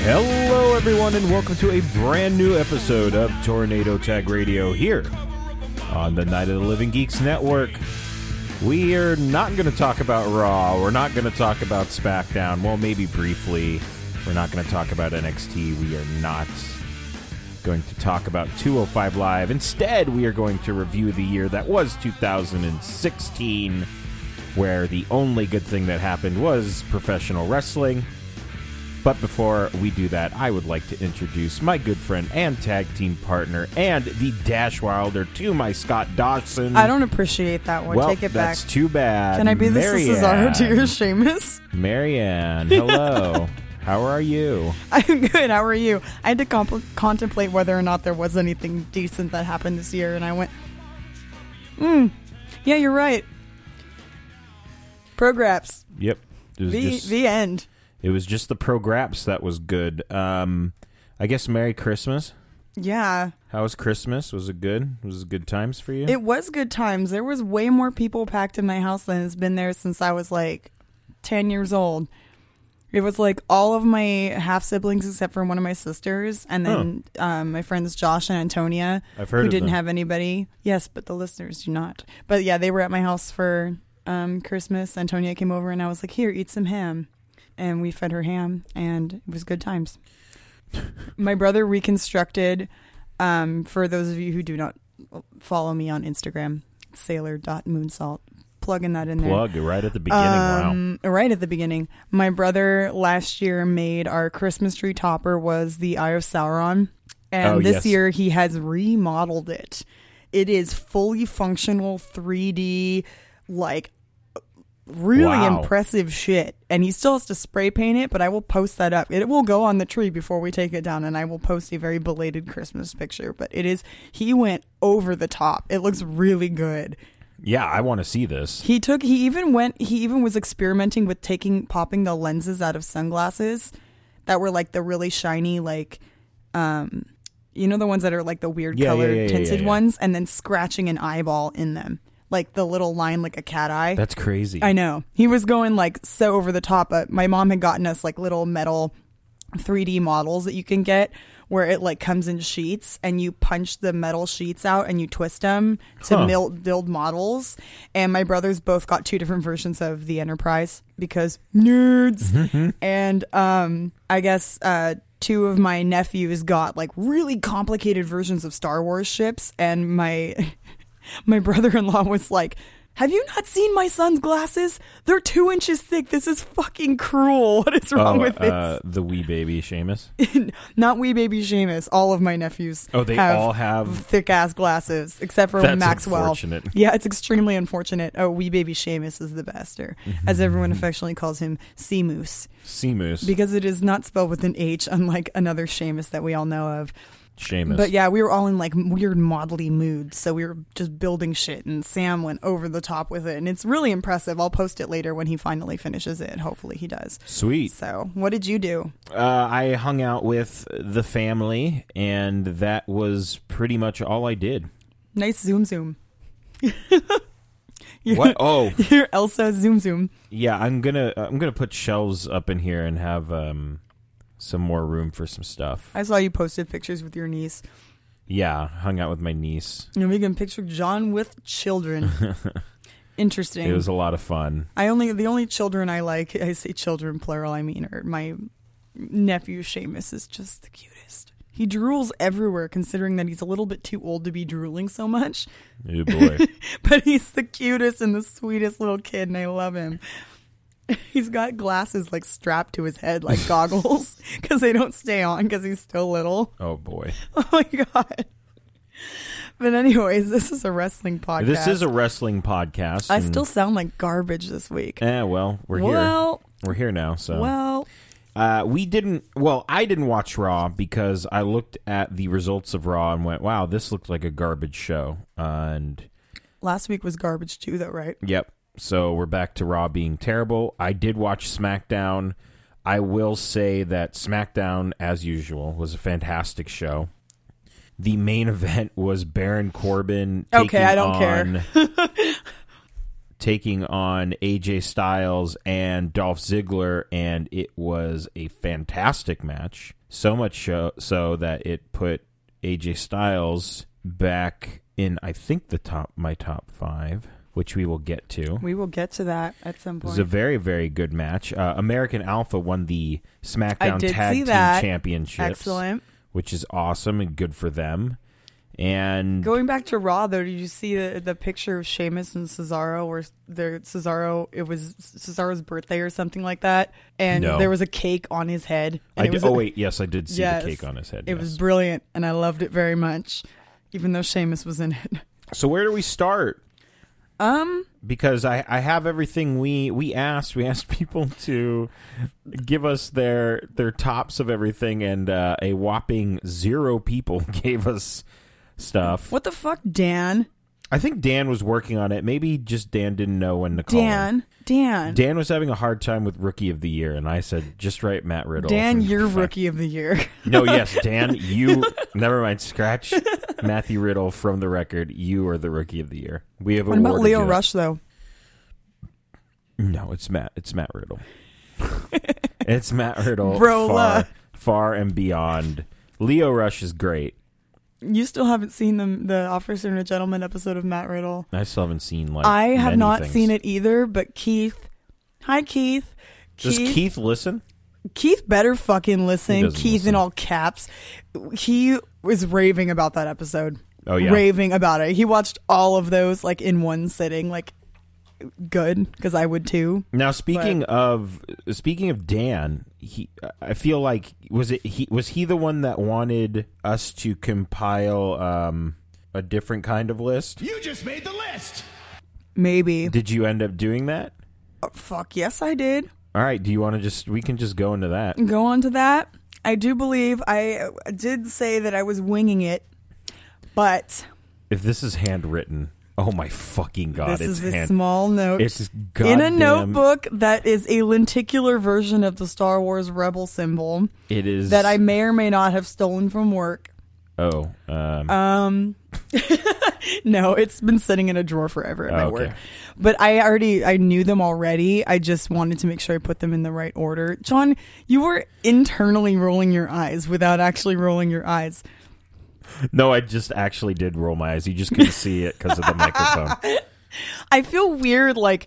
Hello, everyone, and welcome to a brand new episode of Tornado Tag Radio here on the Night of the Living Geeks Network. We are not going to talk about Raw. We're not going to talk about SmackDown. Well, maybe briefly. We're not going to talk about NXT. We are not going to talk about 205 Live. Instead, we are going to review the year that was 2016, where the only good thing that happened was professional wrestling. But before we do that, I would like to introduce my good friend and tag team partner and the Dash Wilder to my Scott Dodson. I don't appreciate that one. Mm. well, Take it back. that's too bad. Can I be the Marianne. Cesaro to your Sheamus? Marianne, hello. How are you? I'm good. How are you? I had to comp- contemplate whether or not there was anything decent that happened this year, and I went, hmm, yeah, you're right. Prograps. Yep. It was, The, just, the end. it was just the prograps that was good. Um, I guess Merry Christmas. Yeah. How was Christmas? Was it good? Was it good times for you? It was good times. There was way more people packed in my house than has been there since I was like 10 years old. It was like all of my half siblings except for one of my sisters, and then um, my friends Josh and Antonia, I've heard who of didn't them. have anybody. Yes, but the listeners do not. But yeah, they were at my house for um, Christmas. Antonia came over, and I was like, "Here, eat some ham," and we fed her ham, and it was good times. my brother reconstructed. Um, for those of you who do not follow me on Instagram, sailor.moonsalt. Plugging that in there. Plug right at the beginning. wow. Um, Right at the beginning. My brother last year made our Christmas tree topper was the Eye of Sauron. And Oh, this yes. year he has remodeled it. It is fully functional 3D, like really Wow. impressive shit. And he still has to spray paint it, but I will post that up. It will go on the tree before we take it down, and I will post a very belated Christmas picture. But it is, he went over the top. It looks really good. Yeah, I want to see this. He took he even went he even was experimenting with taking popping the lenses out of sunglasses that were like the really shiny like um you know the ones that are like the weird Yeah, yeah, colored yeah, yeah, tinted yeah. ones and then scratching an eyeball in them. Like the little line like a cat eye. That's crazy. I know. He was going like so over the top, but my mom had gotten us like little metal 3D models that you can get where it like comes in sheets and you punch the metal sheets out and you twist them to Huh. mil- build models. And my brothers both got two different versions of the Enterprise because nerds. and um, I guess uh, two of my nephews got like really complicated versions of Star Wars ships, and my my brother-in-law was like have you not seen my son's glasses? They're two inches thick. This is fucking cruel. What is wrong Oh, with this? uh, the wee baby Seamus. Not wee baby Seamus. All of my nephews. Oh, they have all have. thick ass glasses, except for That's Maxwell. unfortunate. Yeah, it's extremely unfortunate. Oh, wee baby Seamus is the bester, Mm-hmm. as everyone affectionately calls him, Sea Moose, Seamus. because it is not spelled with an H, unlike another Seamus that we all know of. Seamus. But yeah, we were all in like weird modelly moods, so we were just building shit, and Sam went over the top with it, and it's really impressive. I'll post it later when he finally finishes it. Hopefully, he does. Sweet. So, what did you do? Uh, I hung out with the family, and that was pretty much all I did. Nice zoom zoom. What? Oh, Your Elsa zoom zoom. yeah. I'm gonna I'm gonna put shelves up in here and have um some more room for some stuff. I saw you posted pictures with your niece. Yeah, hung out with my niece. And we can picture John with children. Interesting. It was a lot of fun. I only the only children I like. I say children plural. I mean, are my nephew Seamus is just the cutest. He drools everywhere, considering that he's a little bit too old to be drooling so much. Oh boy. But he's the cutest and the sweetest little kid, and I love him. He's got glasses like strapped to his head, like goggles, because they don't stay on because he's still little. oh boy. Oh my god! But anyways, this is a wrestling podcast. This is a wrestling podcast. I and- still sound like garbage this week. Eh, well, we're here. well, We're here now. So. well, Uh, we didn't. Well, I didn't watch Raw because I looked at the results of Raw and went, "Wow, this looked like a garbage show." and last week was garbage too, though, right? yep, so we're back to Raw being terrible. I did watch SmackDown. I will say that SmackDown, as usual, was a fantastic show. The main event was Baron Corbin. Okay, taking I don't on taking on AJ Styles and Dolph Ziggler, and it was a fantastic match. So much show, so that it put AJ Styles back in, I think, the top my top five, which we will get to. We will get to that at some It was a point. very, very good match. Uh, American Alpha won the SmackDown did Tag see Team that. Championships, Excellent. which is awesome and good for them. And Going back to Raw though, did you see the, the picture of Sheamus and Cesaro where their Cesaro it was Cesaro's birthday or something like that, and No. there was a cake on his head. I And d- it was oh wait, yes, I did see Yes. the cake on his head. it yes. was brilliant, and I loved it very much, even though Sheamus was in it. so where do we start? Um, Because I, I have everything we we asked. We asked people to give us their their tops of everything, and uh, a whopping zero people gave us stuff. what the fuck, Dan? I think Dan was working on it. Maybe just Dan didn't know when to call. him. Dan, Dan, Dan, Dan was having a hard time with Rookie of the Year, and I said, "Just write Matt Riddle." And in you're fact- Rookie of the Year. No, yes, Dan, you. never mind. Scratch Matthew Riddle from the record. You are the Rookie of the Year. We have what about awarded Leo you that. Rush though? No, it's Matt. It's Matt Riddle. it's Matt Riddle. Brola. Far, far and beyond. Leo Rush is great. You still haven't seen the the Officer and a Gentleman episode of Matt Riddle. I still haven't seen like. I have many not things. seen it either, but Keith. Hi, Keith. Does Keith, Keith, listen? Keith better fucking He listen. doesn't Keith listen. in all caps. He was raving about that episode. Oh yeah. Raving about it. He watched all of those like in one sitting. Like, good because I would too. Now speaking of speaking of Dan, he I feel like was it he was he the one that wanted us to compile um a different kind of list? You just made the list. Maybe. Did you end up doing that? Oh, fuck yes, I did. All right, do you want to just we can just go into that. Go on to that. I do believe I uh, did say that I was winging it, but If this is handwritten, oh my fucking god, this it's is a hand small note. it's in a goddamn- notebook that is a lenticular version of the Star Wars Rebel symbol It is that I may or may not have stolen from work. Oh, um, Um, no, it's been sitting in a drawer forever at my Oh, Okay. work. But I already I knew them already. I just wanted to make sure I put them in the right order. John, you were internally rolling your eyes without actually rolling your eyes. no, I just actually did roll my eyes. You just couldn't see it because of the microphone. I feel weird like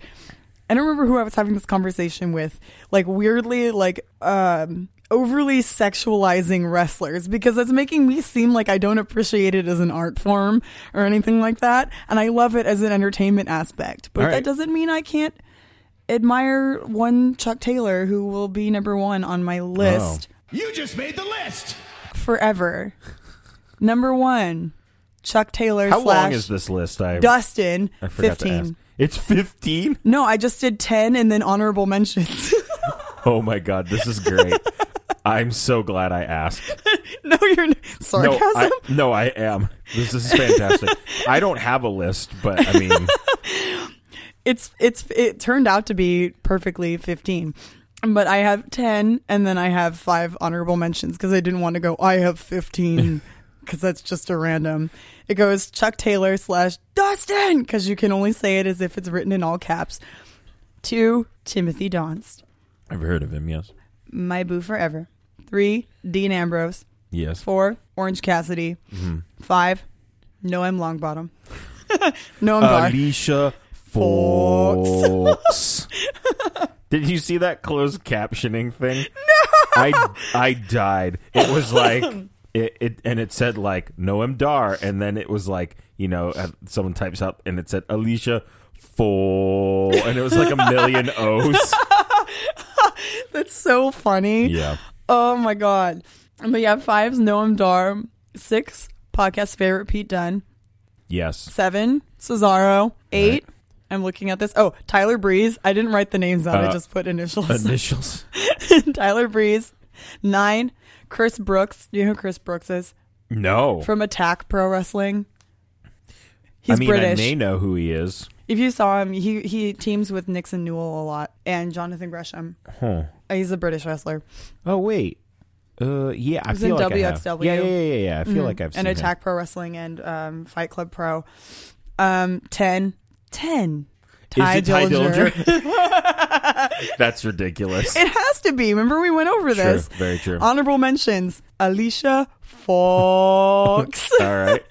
I don't remember who I was having this conversation with. Like weirdly like um overly sexualizing wrestlers because it's making me seem like I don't appreciate it as an art form or anything like that and I love it as an entertainment aspect. But All right. that doesn't mean I can't admire one Chuck Taylor who will be number 1 on my list Oh. You just made the list. forever. number 1 Chuck Taylor How slash long is this list? I Dustin I forgot to 15. ask. It's 15? No, I just did 10 and then honorable mentions. Oh my god, this is great. I'm so glad I asked. no, you're n- No sarcasm. I, no, I am. This is fantastic. I don't have a list, but I mean, It's it's it turned out to be perfectly 15. But I have 10 and then I have 5 honorable mentions cuz I didn't want to go I have 15 cuz that's just a random. It goes Chuck Taylor slash Dustin cuz you can only say it as if it's written in all caps. To Timothy Donst, I've heard of him. Yes, my boo forever. 3 Dean Ambrose. yes. Four, Orange Cassidy. Mm-hmm. Five, Noam Longbottom. Noam Dar. Alicia Fox. Did you see that closed captioning thing? No, I I died. It was like it, it and it said like Noam Dar, and then it was like you know uh, someone types up and it said Alicia Fox, and it was like a million O's. That's so funny. Yeah. Oh my god. But yeah, five's Noam Dar. Six, podcast favorite Pete Dunn. Yes. Seven, Cesaro. Eight, I'm looking at this. Oh, Tyler Breeze. I didn't write the names out. I Uh, just put initials. Initials. Tyler Breeze. Nine, Chris Brooks. Do you know who Chris Brooks is? No. From Attack Pro Wrestling. Oh. I He's mean, British. I may know who he is. If you saw him, he he teams with Nixon Newell a lot and Jonathan Gresham. Huh. Uh, He's a British wrestler. Oh wait. Uh, yeah, I was feel in like I have. WXW. Yeah, yeah, yeah, yeah, yeah. I feel like I've seen Mm-hmm. and him. Attack Pro Wrestling and um, Fight Club Pro. Um, 10. 10. Is Ty it Ty Dillinger. Dillinger? That's ridiculous. It has to be. Remember we went over True. this. Very true. Honorable mentions: Alicia Fox, All right.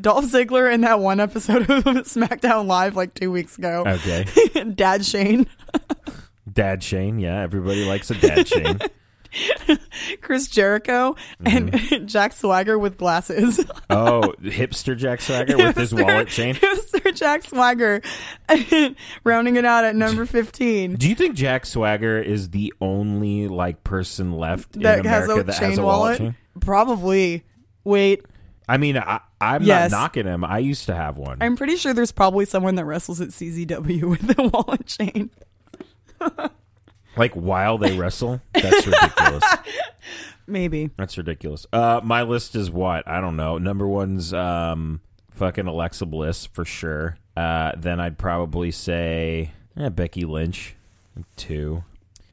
Dolph Ziggler in that one episode of SmackDown Live like two weeks ago. Okay. Dad Shane, Dad Shane. Yeah, everybody likes a Dad Shane. Chris Jericho, Mm-hmm. and Jack Swagger with glasses. Oh, hipster Jack Swagger with his wallet chain. Sir Jack Swagger, rounding it out at number fifteen. Do you think Jack Swagger is the only like person left in That has America a that chain has a wallet? wallet. chain? Probably. Wait, I mean, I, I'm Yes. not knocking him. I used to have one. I'm pretty sure there's probably someone that wrestles at CZW with a wallet chain. like while they wrestle, that's ridiculous. Maybe. That's ridiculous. Uh, my list is what I don't know. Number one's um, fucking Alexa Bliss for sure. Uh, then I'd probably say eh, Becky Lynch. Two.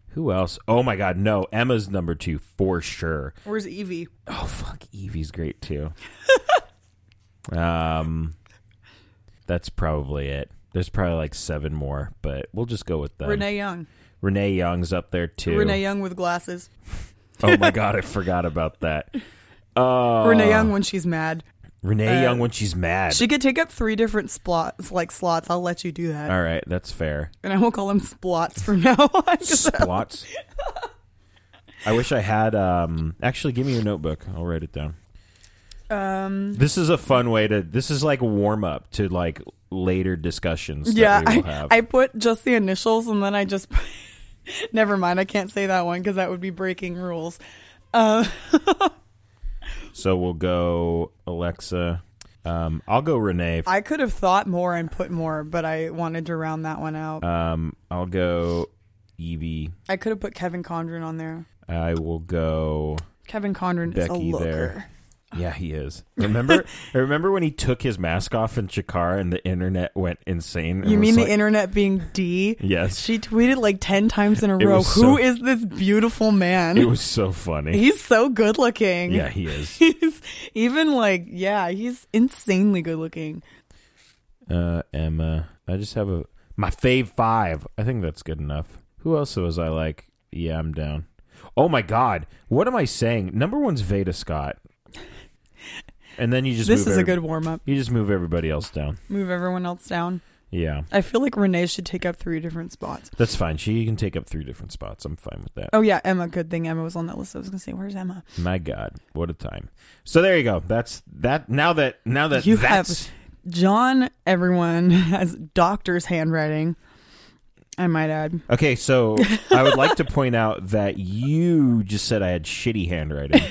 Who else? Oh my God, no! Emma's number two for sure. Where's Evie? Oh fuck, Evie's great too. um, that's probably it. There's probably like seven more, but we'll just go with them. Renee Young. Renee Young's up there too. Renee Young with glasses. oh my god, I forgot about that. Uh, Renee Young when she's mad. Renee Young when she's mad. She could take up three different spots, like slots. I'll let you do that. All right, that's fair. And I will call them splots from now on. 'cause Splots. I wish I had. Um, actually, give me your notebook. I'll write it down. Um, this is a fun way to. This is like warm up to like later discussions. Yeah, that we will I, have. I put just the initials and then I just. Never mind, I can't say that one because that would be breaking rules. Uh, So we'll go Alexa. Um, I'll go Renee. I could have thought more and put more, but I wanted to round that one out. Um, I'll go Evie. I could have put Kevin Condren on there. I will go. Kevin Condren is a Becky looker. there. Yeah, he is. Remember, I remember when he took his mask off in Chikara and the internet went insane. and You was mean like- the internet being D? Yes. She tweeted like 10 times in a row, was so- Who is this beautiful man? It was so funny. he's so good looking. yeah, he is. He's even like, yeah, he's insanely good looking. Uh, Emma. I just have a my fave five. I think that's good enough. Who else was I like? Yeah, I'm down. Oh my god, what am I saying? Number one's Veda Scott, and then you just This move is a every- good warm up. You just move everybody else down. Move everyone else down. Yeah, I feel like Renee should take up three different spots. that's fine. She can take up three different spots. I'm fine with that. Oh, yeah, Emma. Good thing Emma was on that list. I was going to say, where's Emma? My God, what a time! So there you go. That's that. Now that now that You have- that's John, everyone, has doctor's handwriting. I might add. okay. So I would like to point out that you just said I had shitty handwriting,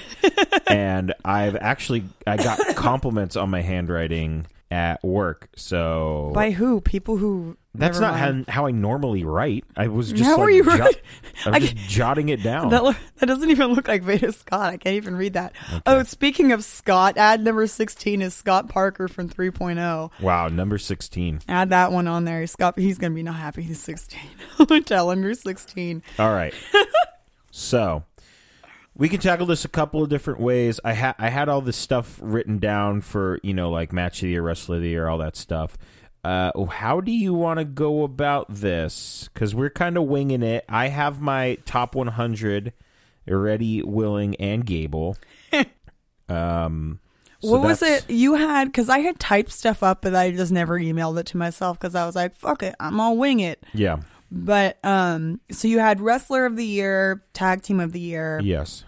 and I've actually I got compliments on my handwriting at work. So By who? People who. that's never not mind. how, how I normally write. I was just How like, are you jot- writing? I was just jotting it down. That lo- that doesn't even look like Veda Scott. I can't even read that. Oh, speaking of Scott, ad number 16 is Scott Parker from 3.0. wow, number sixteen. Add that one on there. Scott, he's going to be not happy he's 16. Tell him you're 16. All right. so we can tackle this a couple of different ways. I ha- I had all this stuff written down for you know like match of the year, wrestler of the year, all that stuff. Uh, how do you want to go about this? Because we're kind of winging it. I have my top 100 ready, willing, and Gable. um, so what was that's- it you had? Because I had typed stuff up, but I just never emailed it to myself because I was like, fuck it, I'm all wing it. Yeah. But um, so you had wrestler of the year, tag team of the year, Yes.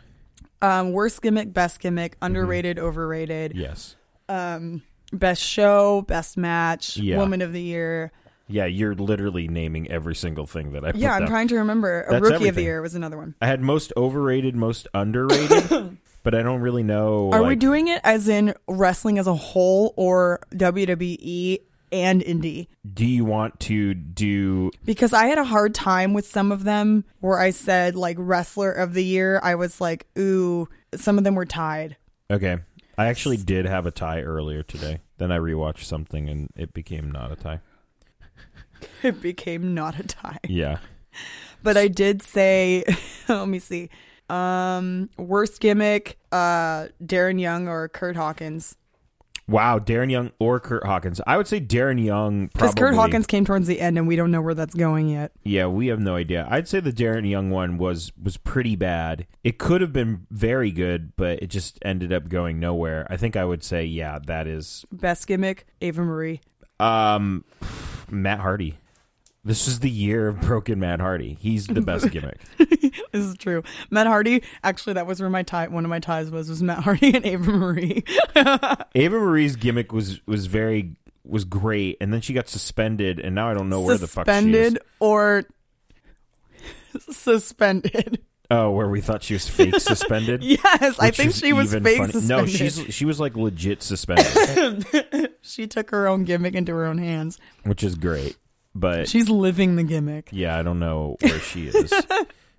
um, worst gimmick, best Mm-hmm. gimmick, underrated, overrated, Yes. best show, best match, Yeah. woman of the year. Yeah. You're literally naming every single thing that I. put Yeah, I'm down. trying to remember. A That's rookie of the everything. year was another one. I had most overrated, most underrated, but I don't really know. Are we like- doing it as in wrestling as a whole or WWE and indie? Do you want to do? Because I had a hard time with some of them where I said like wrestler of the year. I was like, ooh, some of them were tied. Okay, I actually did have a tie earlier today. Then I rewatched something and it became not a tie. It became not a tie. Yeah, But I did say, let me see. Um, worst gimmick, uh, Darren Young or Kurt Hawkins. Wow, Darren Young or Kurt Hawkins. I would say Darren Young Because probably. Kurt Hawkins came towards the end, and we don't know where that's going yet. Yeah, we have no idea. I'd say the Darren Young one was was pretty bad. It could have been very good, but it just ended up going nowhere. I think I would say yeah, that is Best gimmick, Ava Marie. um Matt Hardy. This is the year of broken Matt Hardy. He's the best gimmick. This is true. Matt Hardy. Actually, that was where my tie. One of my ties was was Matt Hardy and Ava Marie. Ava Marie's gimmick was was very was great, and then she got suspended, and now I don't know where the fuck she is. Suspended or suspended. Oh, where we thought she was fake suspended. Yes, I which think is she was even fake funny. suspended. No, she's she was like legit suspended, she took her own gimmick into her own hands. which is great. But She's living the gimmick. yeah, I don't know where she is.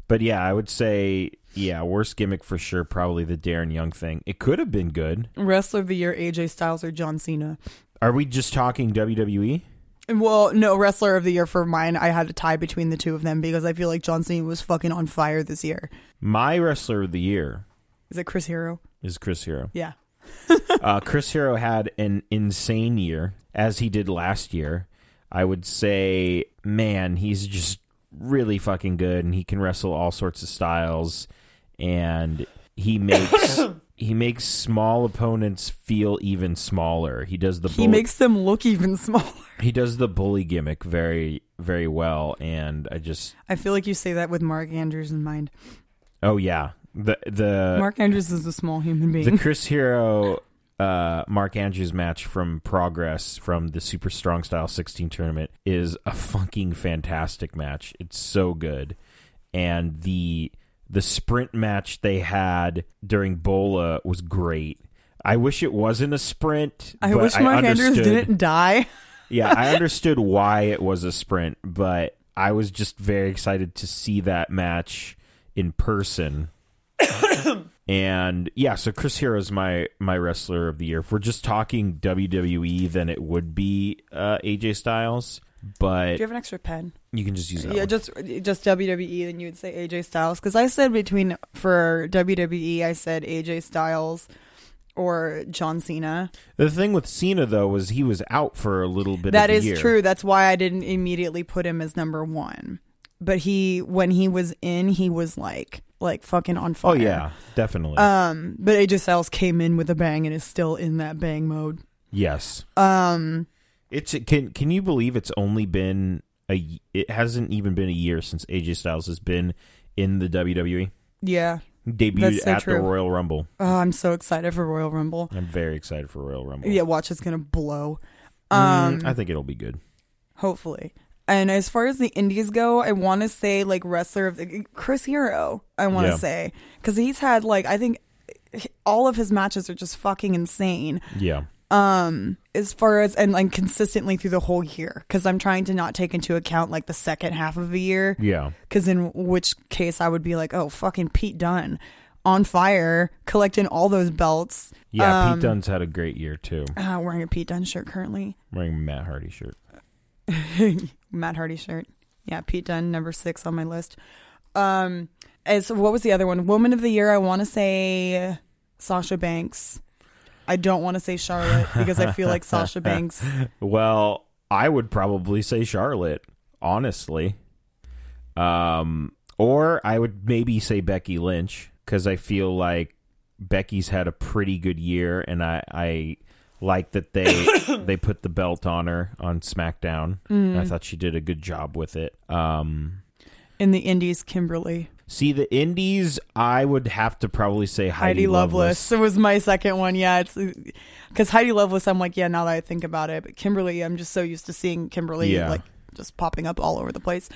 but yeah, I would say yeah, worst gimmick for sure. Probably the Darren Young thing. It could have been good. Wrestler of the year: AJ Styles or John Cena. Are we just talking E? WWE? Well, no, wrestler of the year for mine. I had a tie between the two of them because I feel like John Cena was fucking on fire this year. My wrestler of the year Is it Chris Hero? is Chris Hero. Yeah. Uh, Chris Hero had an insane year, as he did last year. I would say, man, he's just really fucking good, and he can wrestle all sorts of styles, and he makes he makes small opponents feel even smaller. He does the He bull- makes them look even smaller. he does the bully gimmick very very well, and I just I feel like you say that with Mark Andrews in mind. oh yeah the the Mark Andrews is a small human being. Uh, the Chris Hero uh, Mark Andrews match from Progress from the Super Strong Style 16 tournament is a fucking fantastic match. It's so good, and the the sprint match they had during Bola was great. I wish it wasn't a sprint. I but wish Mark Andrews understood- didn't die. yeah, I understood why it was a sprint, but I was just very excited to see that match in person. and yeah, so Chris Hero is my my wrestler of the year. If we're just talking WWE, then it would be uh, AJ Styles, but Do you have an extra pen? you can just use that. yeah, one. just just WWE, then you would say AJ Styles. Because I said between for WWE, I said AJ Styles or John Cena. the thing with Cena though was he was out for a little bit. That of is the year. true. That's why I didn't immediately put him as number one. But he, when he was in, he was like like fucking on fire. Oh yeah, definitely. Um, but AJ Styles came in with a bang and is still in that bang mode. yes, Um, It's can can you believe it's only been a y- it hasn't even been a year since AJ Styles has been in the WWE yeah. debuted That's so at the true. Royal Rumble. Oh, I'm so excited for Royal Rumble. I'm very excited for Royal Rumble. Yeah, um, watch it's gonna blow. Mm, I think it'll be good. Hopefully. And as far as the indies go, I want to say like wrestler of the Chris Hero. I want to Yeah. 'Cause say because he's had like I think all of his matches are just fucking insane. Um, Yeah, as far as and like consistently through the whole year because i'm trying to not take into account like the second half of the year yeah, because in which case i would be like oh fucking pete dunn on fire collecting all those belts yeah. um, Pete Dunne's had a great year too. uh, wearing a pete dunn shirt currently Wearing a Matt Hardy shirt. matt hardy shirt yeah pete dunn number six on my list um as what was the other one woman of the year i want to say sasha banks i don't want to say charlotte because i feel like sasha banks Well, I would probably say Charlotte, honestly. Um, or I would maybe say Becky Lynch because I feel like Becky's had a pretty good year, and I, I like that they they put the belt on her on SmackDown. I thought she did a good job with it. Um, in the indies kimberly see the Indies, I would have to probably say Heidi, Heidi Loveless. Loveless. It was my second one. Yeah, it's because Heidi Loveless. I'm like, yeah. Now that I think about it, but Kimberly, I'm just so used to seeing Kimberly Yeah. like just popping up all over the place.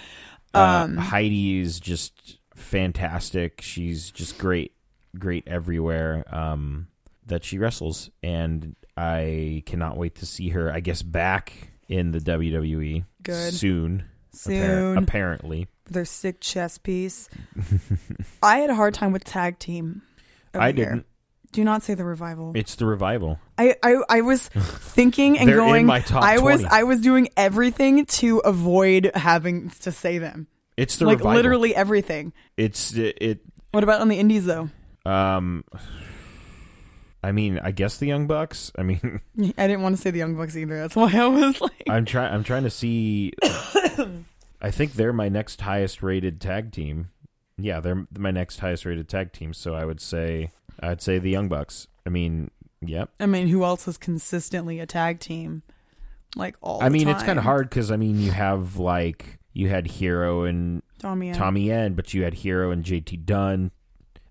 Uh, Um, Heidi is just fantastic. She's just great, great everywhere um, that she wrestles, and I cannot wait to see her. I guess back in the WWE Good. soon. appar- Soon. apparently, Their sick chess piece. I had a hard time with tag team. of I the year. didn't. Do not say the revival. It's the revival. I, I I was thinking and They're in going. my top I was 20. I was doing everything to avoid having to say them. It's the like revival. literally everything. It's it. What about on the indies though? Um, I mean, I guess the Young Bucks. I mean, I didn't want to say the Young Bucks either. That's why I was like, I'm trying. I'm trying to see. I think they're my next highest rated tag team. Yeah, they're my next highest rated tag team. So I would say I'd say the Young Bucks. I mean, yep. I mean, who else is consistently a tag team? Like all. I the mean, it's kind time? of hard because I mean, you have like you had Hero and Tommy. and- Tommy N, but you had Hero and JT Dunn,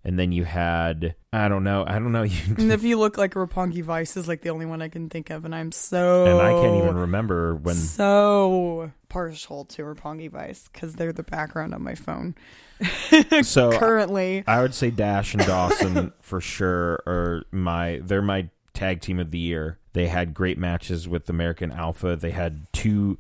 and then you had I don't know, I don't know, you And if you look like Rapongi Vice is like the only one I can think of, and I'm so and I can't Oh. even remember when. so partial to Rapongi Vice because they're the background on my phone So currently. Oh, I would say Dash and Dawson for sure are my they're my tag team of the year. They had great matches with American Alpha. They had two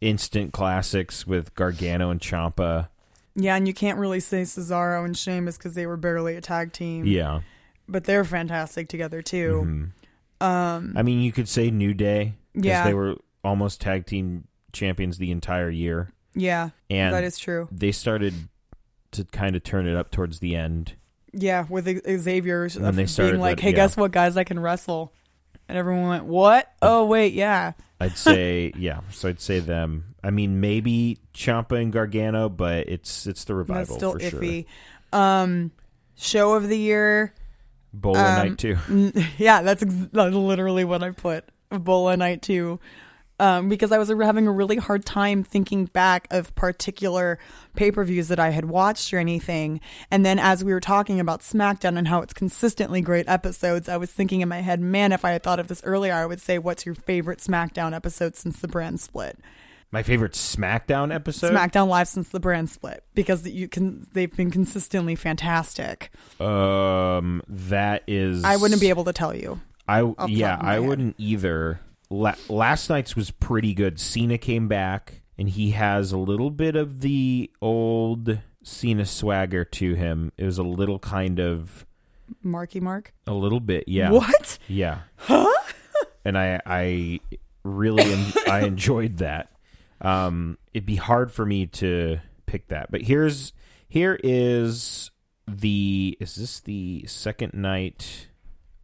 instant classics with Gargano and Champa. Yeah, and you can't really say Cesaro and Sheamus because they were barely a tag team. Yeah. Hmm. but they're fantastic together too. I mean, you could say New Day because Um, Yeah. they were almost tag team champions the entire year, Yeah, and that is true. they started to kind of turn it up towards the end. Yeah, with X- Xavier And they being started like, that- "Hey, yeah. guess what, guys? I can wrestle," and everyone went, "What? Oh, wait, yeah." I'd say yeah, so I'd say them. I mean, maybe Champa and Gargano, but it's it's the revival That's still for sure. iffy. Um, show of the year. Bowler Um, night too. yeah, that's, ex- that's literally what I put Ebola night two, um, because I was having a really hard time thinking back of particular pay per views that I had watched or anything. And then as we were talking about SmackDown and how it's consistently great episodes, I was thinking in my head, man, if I had thought of this earlier, I would say, what's your favorite SmackDown episode since the brand split? My favorite SmackDown episode. SmackDown Live since the brand split because you can they've been consistently fantastic. Um, that is. I wouldn't be able to tell you. I top yeah, of my I head. wouldn't either. La- last night's was pretty good. Cena came back, and he has a little bit of the old Cena swagger to him. It was a little kind of Marky Mark. a little bit, yeah, What? yeah, huh? And I I really en- I enjoyed that. Um, it'd be hard for me to pick that, but here's here is the is this the second night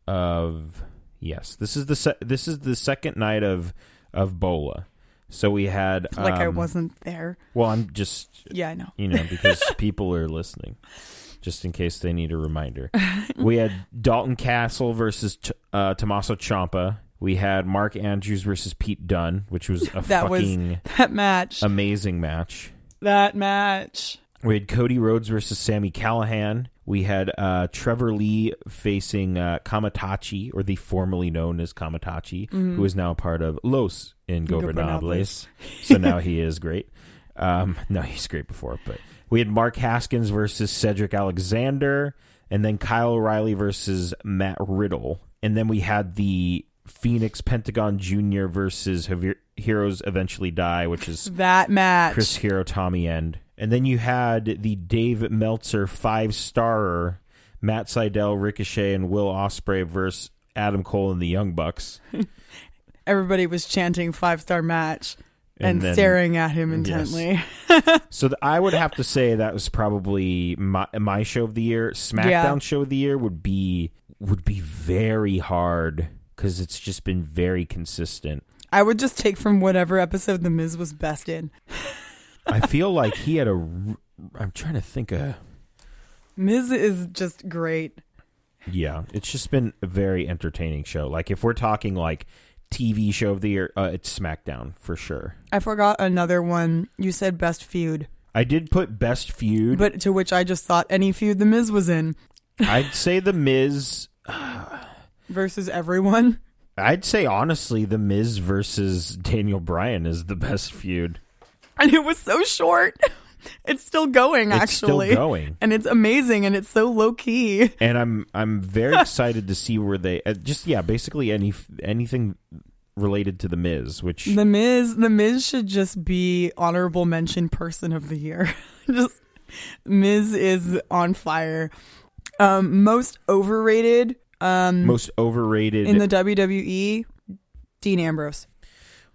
of yes this is the se- this is the second night of of Bola. So we had Like I um, wasn't there. Well, I'm just Yeah, I know. you know, because people are listening, just in case they need a reminder. We had Dalton Castle versus T- uh, Tommaso Ciampa. We had Mark Andrews versus Pete Dunne, which was a That was- fucking That Um, match. amazing match. that match. We had Cody Rhodes versus Sammy Callahan. We had uh, Trevor Lee facing uh, Kamatachi, or the formerly known as Kamatachi, who is now a part of Los Ingobernables. Ingobernables. so now he is great. Um, no, he's great before, but we had Mark Haskins versus Cedric Alexander, and then Kyle O'Reilly versus Matt Riddle, and then we had the Phoenix Pentagon Jr. versus Javier- Heroes Eventually Die, which is That match. Chris Hero, Tommy End. And then you had the Dave Meltzer five starer, Matt Seidel, Ricochet, and Will Osprey versus Adam Cole and the Young Bucks. Everybody was chanting five star match and, then- staring at him intently. So th- I would have to say that was probably my, my show of the year. SmackDown Yeah. show of the year would be would be very hard because it's just been very consistent. I would just take from whatever episode The Miz was best in. I feel like he had a. r- I'm trying to think of. Miz is just great. Yeah, it's just been a very entertaining show. Like if we're talking like TV show of the year, uh, it's SmackDown for sure. I forgot another one. You said best feud, I did put best feud. but to which I just thought any feud The Miz was in I'd say The Miz. versus everyone. I'd say honestly, The Miz versus Daniel Bryan is the best feud. and it was so short. It's still going, It's still actually. going. And it's amazing, and it's so low key. And I'm I'm very excited to see where they uh, just yeah basically any anything related to The Miz, which The Miz, the Miz should just be honorable mention person of the year. just Miz is on fire. Um, most overrated um, most overrated. in the WWE, Dean Ambrose.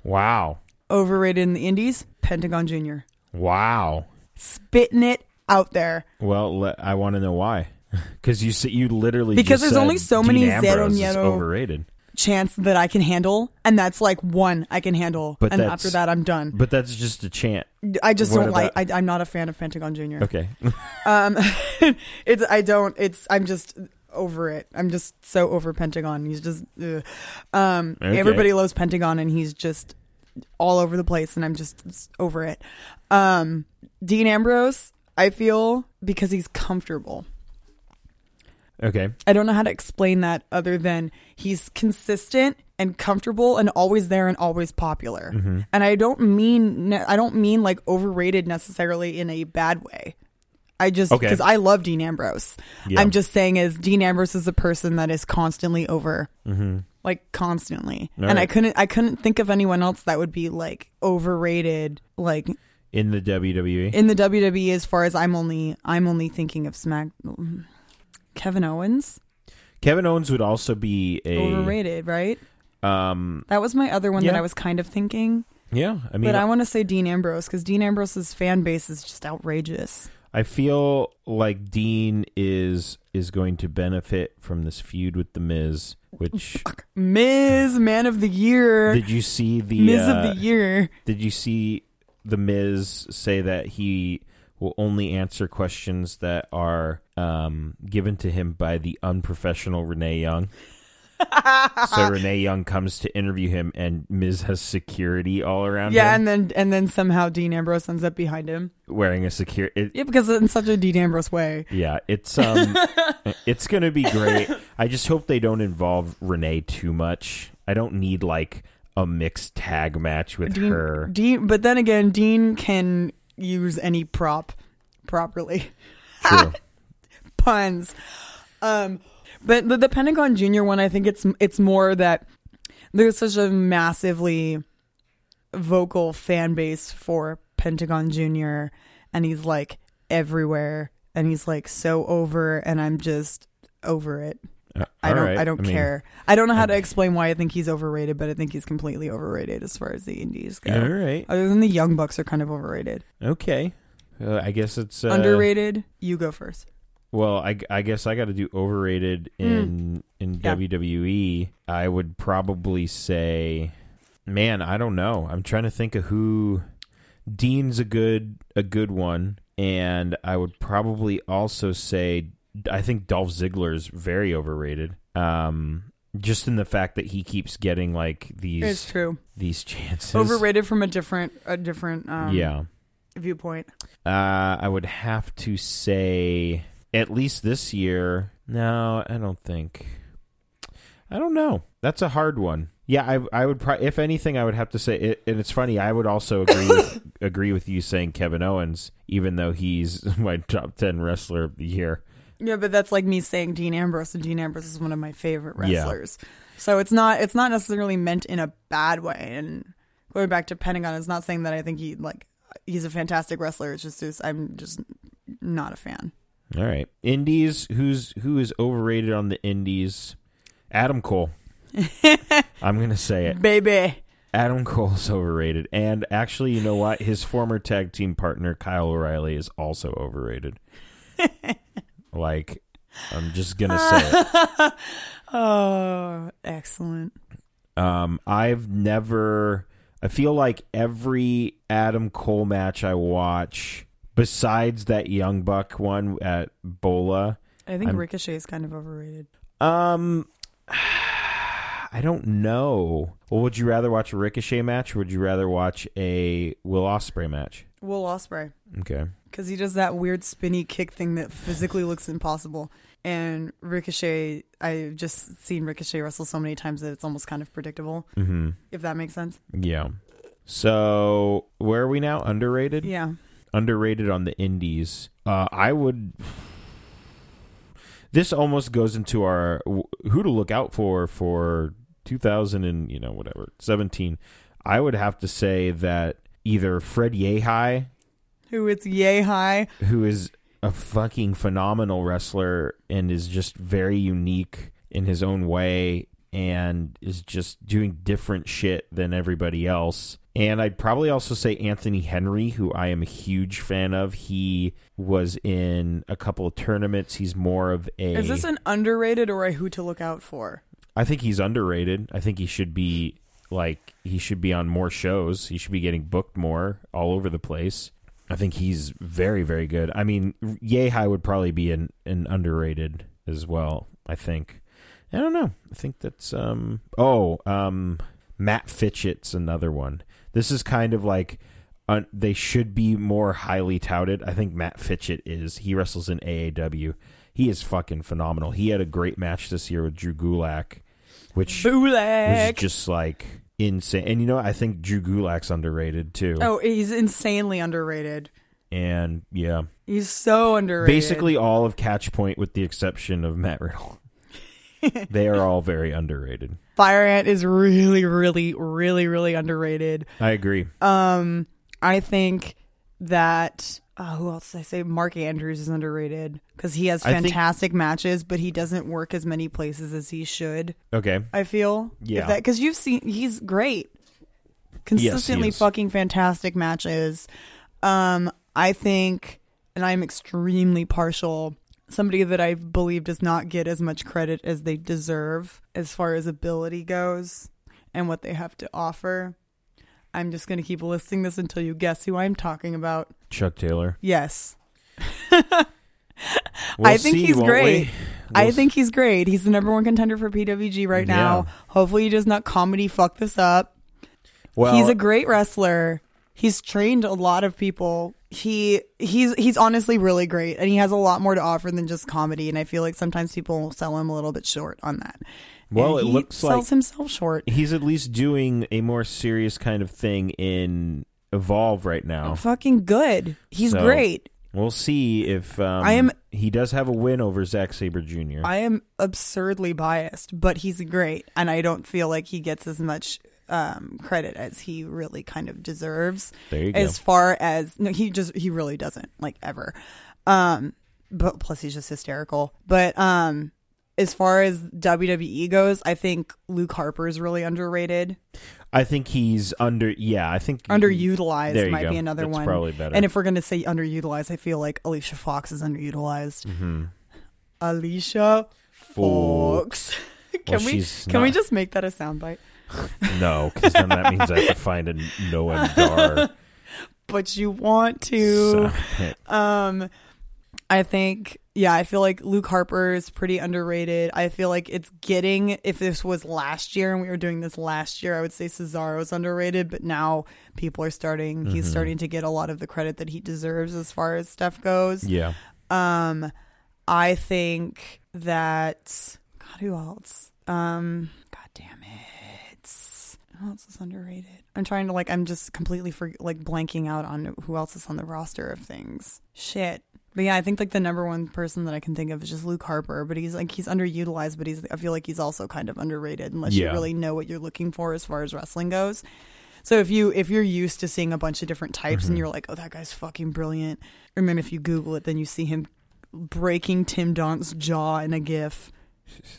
wow, Overrated in the Indies, Pentagon Jr. wow. Spitting it out there. Well, le- I want to know why. Because you see, you literally just Because there's said only so Dean many Zero Ambrose is Miedo- overrated. Chance that I can handle, and that's like one I can handle, But and that's- after that I'm done. But that's just a chant. I just what don't like. I, I'm not a fan of Pentagon Junior. Okay, Um, it's I don't. It's I'm just over it. I'm just so over Pentagon. He's just ugh. um, Okay. everybody loves Pentagon, and he's just all over the place, and I'm just s- over it. Um, Dean Ambrose, I feel because he's comfortable. okay. I don't know how to explain that other than he's consistent and comfortable and always there and always popular. Mm-hmm. And I don't mean I don't mean like overrated necessarily in a bad way. I just Okay. because I love Dean Ambrose. Yeah. I'm just saying is Dean Ambrose is a person that is constantly over. Like constantly. Mm-hmm. All and I right. couldn't I couldn't think of anyone else that would be like overrated like In the E. WWE, in the WWE as far as I'm only I'm only thinking of Smack Kevin Owens Kevin Owens would also be a overrated, right? um. That was my other one that Yeah. I was kind of thinking, Yeah, I mean, but I want to say Dean Ambrose because Dean Ambrose's fan base is just outrageous. I feel like Dean is is going to benefit from this feud with the Miz. Which Miz Man of the Year, did you see the Miz uh, of the Year. Did you see the Miz say that he will only answer questions that are um, given to him by the unprofessional Renee Young? so Renee Young comes to interview him, and Miz has security all around Yeah, him, and then and then somehow Dean Ambrose ends up behind him. wearing a secure. It, Yeah, because in such a Dean Ambrose way. yeah, it's um, it's gonna be great. I just hope they don't involve Renee too much. I don't need like a mixed tag match with Dean, her. Dean, but then again, Dean can use any prop properly. True. puns. Um, but the, the Pentagon Junior one, I think it's it's more that there's such a massively vocal fan base for Pentagon Junior, and he's like everywhere, and he's like so over, and I'm just over it. Uh, I don't. alright. I don't mean, care. I don't know how to explain why I think he's overrated, but I think he's completely overrated as far as the indies go. All right. Other than the Young Bucks are kind of overrated, Okay. Uh, I guess it's uh, underrated. You go first. Well, I, I guess I got to do overrated in in Hmm. Yeah. WWE. I would probably say, man, I don't know. I'm trying to think of who. Dean's a good a good one, and I would probably also say I think Dolph Ziggler's very overrated. Um, just in the fact that he keeps getting like It's these true. these chances. Overrated from a different a different um, Yeah. viewpoint. Uh, I would have to say at least this year. No, I don't think. I don't know. That's a hard one. Yeah, I I would pro- if anything I would have to say it, and it's funny I would also agree with, agree with you saying Kevin Owens even though he's my top 10 wrestler of the year. Yeah, but that's like me saying Dean Ambrose, and Dean Ambrose is one of my favorite Yeah. wrestlers. So it's not it's not necessarily meant in a bad way. And going back to Pentagon, it's not saying that I think he like he's a fantastic wrestler. It's just this, I'm just not a fan. All right. Indies, who's who is overrated on the indies? Adam Cole. I'm going to say it. Baby, Adam Cole's overrated. And actually, you know what? His former tag team partner, Kyle O'Reilly, is also overrated. like, I'm just going to say it. oh, excellent. Um, I've never. I feel like every Adam Cole match I watch, besides that Young Buck one at Bola, I think I'm- Ricochet is kind of overrated. um, I don't know. Well, would you rather watch a Ricochet match or would you rather watch a Will Ospreay match? Will Osprey. Okay. because he does that weird spinny kick thing that physically looks impossible. And Ricochet, I've just seen Ricochet wrestle so many times that it's almost kind of predictable, hmm if that makes sense. Yeah. So where are we now? Underrated. Yeah. Underrated on the indies. Uh, I would. This almost goes into our wh- who to look out for for 2000 and you know whatever 17. I would have to say that either Fred Yehai, Who it's yay high. who is a fucking phenomenal wrestler and is just very unique in his own way and is just doing different shit than everybody else And I'd probably also say Anthony Henry, who I am a huge fan of. He was in a couple of tournaments. He's more of a. Is this an underrated or a who to look out for? I think he's underrated. I think he should be like he should be on more shows. He should be getting booked more all over the place. I think he's very very good. I mean, Yehai would probably be an, an underrated as well. I think. I don't know. I think that's um oh um Matt Fitchett's another one. This is kind of like. Uh, they should be more highly touted. I think Matt Fitchett is. He wrestles in AAW. He is fucking phenomenal. He had a great match this year with Drew Gulak, which was Bulak. just like insane. And you know, I think Drew Gulak's underrated too. Oh, he's insanely underrated. And yeah, He's so underrated. basically all of Catch Point, with the exception of Matt Riddle, they are all very underrated. Fire Ant is really, really, really, really underrated. I agree. Um, I think that uh, who else did I say? Mark Andrews is underrated because he has I think- fantastic matches, but he doesn't work as many places as he should. Okay, I feel Yeah. because you've seen he's great, consistently is. fucking fantastic matches. Um, I think, and I'm extremely partial. Somebody that I believe does not get as much credit as they deserve as far as ability goes and what they have to offer. I'm just going to keep listing this until you guess who I'm talking about. Chuck Taylor. Yes. We'll I think see, he's won't great. we? I We'll think he's great. He's the number one contender for PWG right now. Yeah. Hopefully, he does not comedy fuck this up. Well, he's a great wrestler. He's trained a lot of people. He he's he's honestly really great, and he has a lot more to offer than just comedy. And I feel like sometimes people sell him a little bit short on that. Well, And it he looks sells like- himself short. he's at least doing a more serious kind of thing in Evolve right now. Fucking good. He's Oh. So- great. We'll see if um, I am- He does have a win over Zack Saber Jr. I am absurdly biased, but he's great, and I don't feel like he gets as much um, credit as he really kind of deserves. There you go. as far as no, he just he really doesn't like ever. Um, but plus he's just hysterical. But um, as far as WWE goes, I think Luke Harper is really underrated, I think he's under. Yeah, I think underutilized Mm-hmm. There you might go. be another That's one. probably better. And if we're gonna say underutilized, I feel like Alicia Fox is underutilized. Mm-hmm. Alicia Fox. Can Well, we she's can we not- just make that a soundbite? No, because then that means I have to find a Noam Dar. But you want to. So, it- Um, I think, yeah, I feel like Luke Harper is pretty underrated. I feel like it's getting, if this was last year and we were doing this last year, I would say Cesaro's underrated, but now people are starting, he's starting to get a lot of the credit that he deserves as far as stuff goes. yeah, Um, I think that, God, who else? Um, God damn it. Who else is underrated? I'm trying to like, I'm just completely for, like blanking out on who else is on the roster of things. Shit. But yeah, I think like the number one person that I can think of is just Luke Harper, but he's like he's underutilized, but he's I feel like he's also kind of underrated unless Yeah. you really know what you're looking for as far as wrestling goes. So if you if you're used to seeing a bunch of different types and you're like, oh, that guy's fucking brilliant, and then if you Google it, then you see him breaking Tim Don's jaw in a GIF.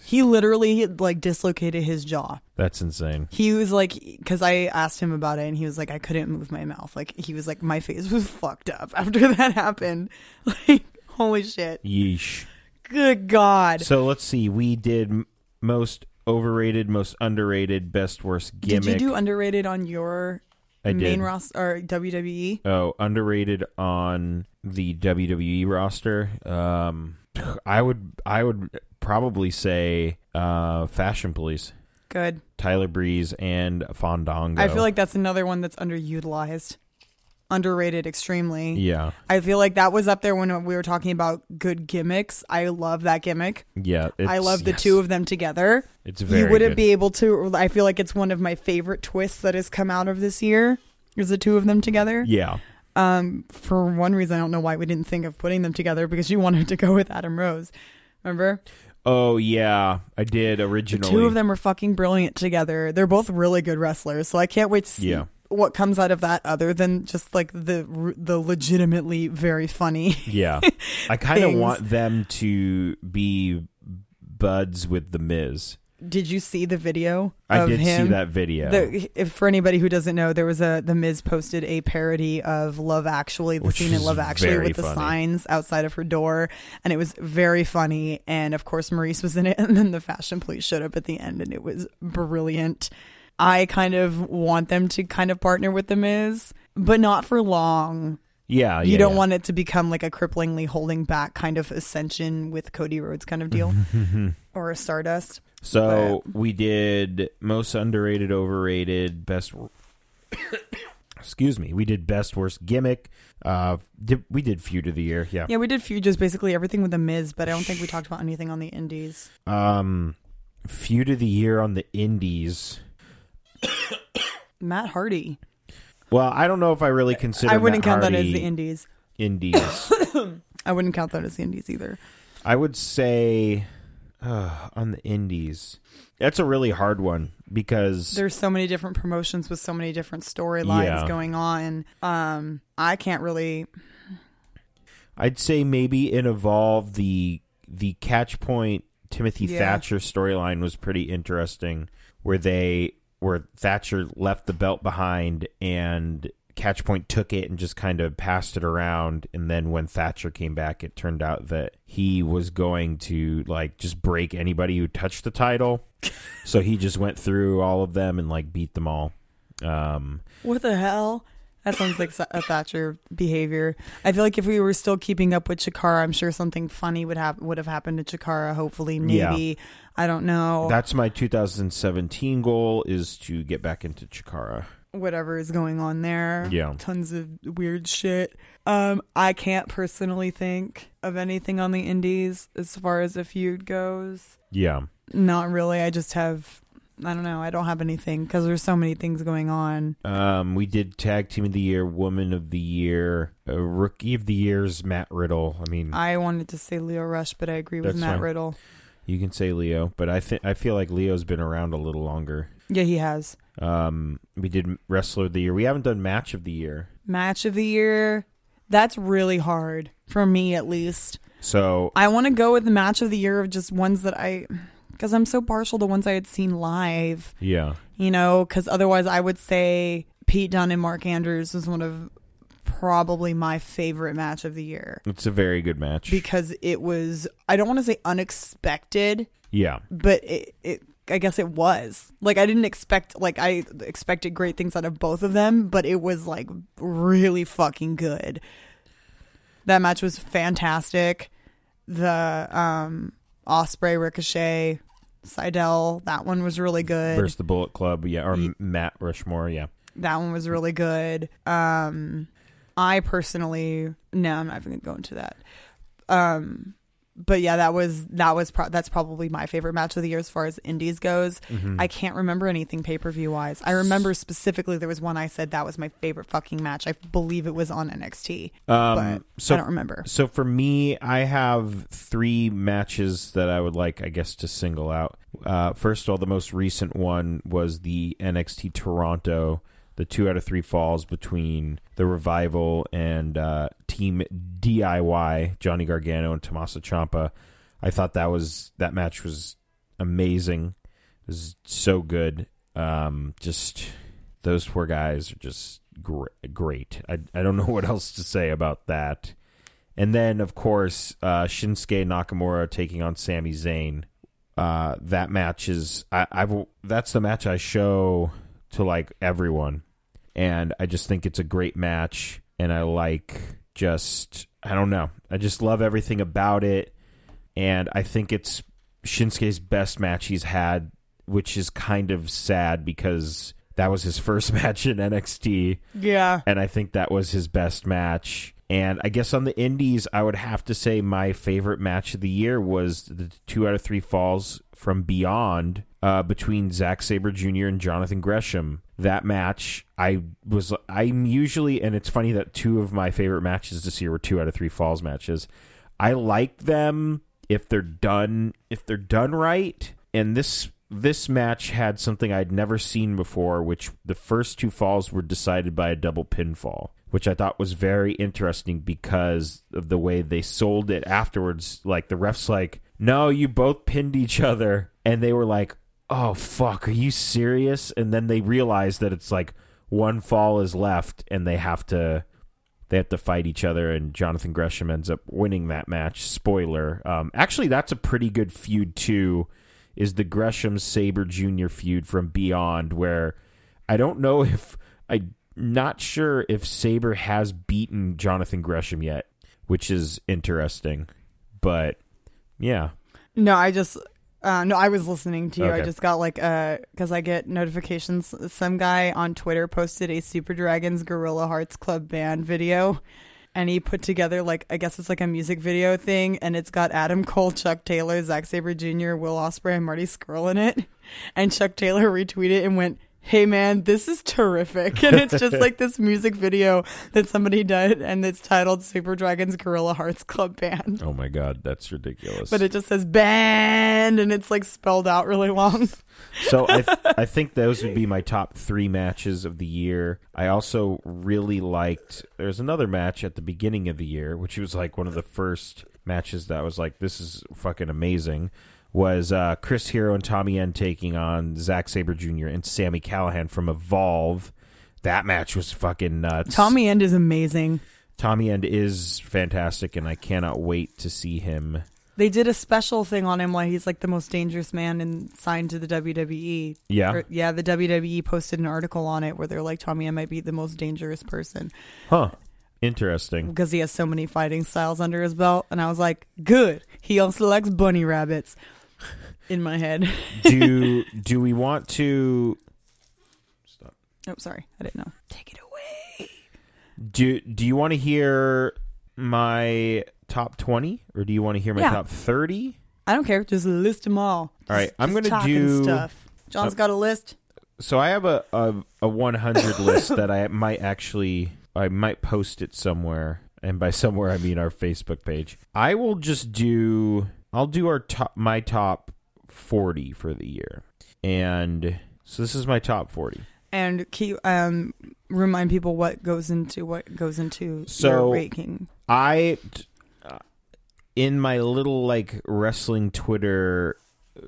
He literally like dislocated his jaw. that's insane. He was like, because I asked him about it, and he was like, I couldn't move my mouth. Like he was like, my face was fucked up after that happened. Like holy shit, Yeesh. good god. So let's see. We did m- most overrated, most underrated, best worst gimmick. Did you do underrated on your I main did. roster or E? WWE? Oh, underrated on the WWE roster. Um, I would, I would probably say uh, Fashion Police, Good. Tyler Breeze, and Fandango. I feel like that's another one that's underutilized, underrated extremely. yeah, I feel like that was up there when we were talking about good gimmicks. I love that gimmick. yeah. It's, I love the yes. two of them together. It's very. you wouldn't good. be able to. I feel like it's one of my favorite twists that has come out of this year. Is the two of them together? Yeah. Um, for one reason, I don't know why we didn't think of putting them together because you wanted to go with Adam Rose. Remember, Oh yeah, I did originally. two of them are fucking brilliant together. They're both really good wrestlers, so I can't wait to see Yeah. what comes out of that. Other than just like the the legitimately very funny Yeah, I kind of things. want them to be buds with the Miz. Did you see the video? I of did him? see that video, The, if, for anybody who doesn't know, there was a the Miz posted a parody of Love Actually, the Which scene in is Love Actually very with the funny. signs outside of her door, and it was very funny. And of course, Maurice was in it, and then the fashion police showed up at the end, and it was brilliant. I kind of want them to kind of partner with the Miz, but not for long. Uh, yeah, You yeah, don't yeah. want it to become like a cripplingly holding back kind of ascension with Cody Rhodes kind of deal, or a Stardust. So we did most underrated, overrated, best. excuse me. We did best worst gimmick. Uh, did, we did feud of the year. Yeah. Yeah, we did feud just basically everything with the Miz, but I don't think we talked about anything on the Indies. Um, feud of the year on the Indies. Matt Hardy. Well, I don't know if I really consider. I wouldn't Matt count that as Hardy the Indies. Indies. I wouldn't count that as the Indies either. I would say uh, on the Indies. That's a really hard one because There's so many different promotions with so many different storylines Yeah. going on. Um, I can't really. I'd say maybe in Evolve the the catch point Timothy Yeah. Thatcher storyline was pretty interesting where they where Thatcher left the belt behind and Catchpoint took it and just kind of passed it around and then when Thatcher came back it turned out that he was going to like just break anybody who touched the title. so he just went through all of them and like beat them all. Um What the hell? That sounds like a Thatcher behavior. I feel like if we were still keeping up with Chikara, I'm sure something funny would have would have happened to Chikara. Hopefully, Yeah. maybe I don't know. that's my 2017 goal is to get back into Chikara. whatever is going on there. Yeah. Tons of weird shit. Um, I can't personally think of anything on the indies as far as a feud goes. Yeah. Not really. I just have, I don't know. I don't have anything because there's so many things going on. Um, we did tag team of the year, woman of the year, uh, rookie of the year's Matt Riddle. I mean, I wanted to say Leo Rush, but I agree with That's Matt fine. Riddle. you can say Leo, but I think I feel like Leo's been around a little longer. Yeah, he has. Um, we did wrestler of the year. We haven't done match of the year, Match of the year. That's really hard for me, at least. so I want to go with the match of the year of just ones that I, because I'm so partial to ones I had seen live. yeah, you know, because otherwise I would say Pete Dunne and Mark Andrews was one of probably my favorite match of the year it's a very good match. because it was, I don't want to say unexpected, yeah, but it, it, I guess it was like I didn't expect like I expected great things out of both of them, but it was like really fucking good. That match was fantastic. The um Osprey Ricochet Seidel, that one was really good. versus the Bullet Club, yeah, or Matt Rushmore, yeah. That one was really good. Um, I personally, no, I'm not even gonna go into that. Um, but yeah, that was that was pro- that's probably my favorite match of the year as far as indies goes. Mm-hmm. Mm. I can't remember anything pay per view wise. I remember specifically there was one I said that was my favorite fucking match. I believe it was on NXT, Um, but so I don't remember. So for me, I have three matches that I would like, I guess, to single out. Uh, first of all, the most recent one was the NXT Toronto, the two out of three falls between the Revival and uh, Team DIY, Johnny Gargano and Tommaso Ciampa. I thought that was that match was amazing. It was so good. Um, just those four guys are just gr- great. I I don't know what else to say about that. And then, of course, uh, Shinsuke Nakamura taking on Sami Zayn. Uh, that match is I, I've that's the match I show to like everyone, and I just think it's a great match, and I like just I don't know I just love everything about it, and I think it's Shinsuke's best match he's had, which is kind of sad because that was his first match in NXT Yeah, and I think that was his best match. And I guess on the indies, I would have to say my favorite match of the year was the two out of three falls from Beyond uh, between Zack Saber Jr. and Jonathan Gresham. That match, I was, I'm usually, and it's funny that two of my favorite matches this year were two out of three falls matches. I like them if they're done if they're done right. And this this match had something I'd never seen before, which the first two falls were decided by a double pinfall, which I thought was very interesting because of the way they sold it afterwards. Like the refs like, "No, you both pinned each other." And they were like, oh fuck, are you serious? And then they realize that it's like one fall is left, and they have to they have to fight each other, and Jonathan Gresham ends up winning that match. Spoiler. Um, actually, that's a pretty good feud too. Is the Gresham Saber Junior feud from Beyond, where I don't know if I not sure if Saber has beaten Jonathan Gresham yet, which is interesting. But yeah, No, I just uh, no, I was listening to you. I Okay. just got like uh because I get notifications. Some guy on Twitter posted a Super Dragons Gorilla Hearts Club Band video, and he put together like I guess it's like a music video thing, and it's got Adam Cole, Chuck Taylor, Zack Saber Jr., Will Osprey, and Marty Skrull in it. And Chuck Taylor retweeted it and went. Hey man, this is terrific. And it's just like this music video that somebody did and it's titled Super Dragons Gorilla Hearts Club Band oh my god, that's ridiculous. but it just says band and it's like spelled out really long. So I, th- I think those would be my top three matches of the year. I also really liked. There's another match at the beginning of the year, which was like one of the first matches that I was like, "This is fucking amazing." Was uh, Chris Hero and Tommy N taking on Zack Saber Jr. and Sammy Callahan from Evolve? That match was fucking nuts. Tommy End is amazing. Tommy End is fantastic, and I cannot wait to see him. They did a special thing on him why he's like the most dangerous man and signed to the WWE. Yeah. Or- yeah, the WWE posted an article on it where they're like Tommy End might be the most dangerous person Huh. Interesting. because he has so many fighting styles under his belt and I was like, "Good. He also likes bunny rabbits." In my head. Do do we want to Oh, sorry. I didn't know. Take it away. Do Do you want to hear my top twenty, or do you want to hear my Yeah. top thirty? I don't care. Just list them all. All right, Just- I'm gonna just talking do- Oh. stuff. John's got a list. So I have a a, a one hundred list that I might actually I might post it somewhere, and by somewhere I mean our Facebook page. I will just do I'll do our top my top forty for the year, and so this is my top forty. and keep um remind people what goes into what goes into So- your ranking. I t- uh, in my little like wrestling Twitter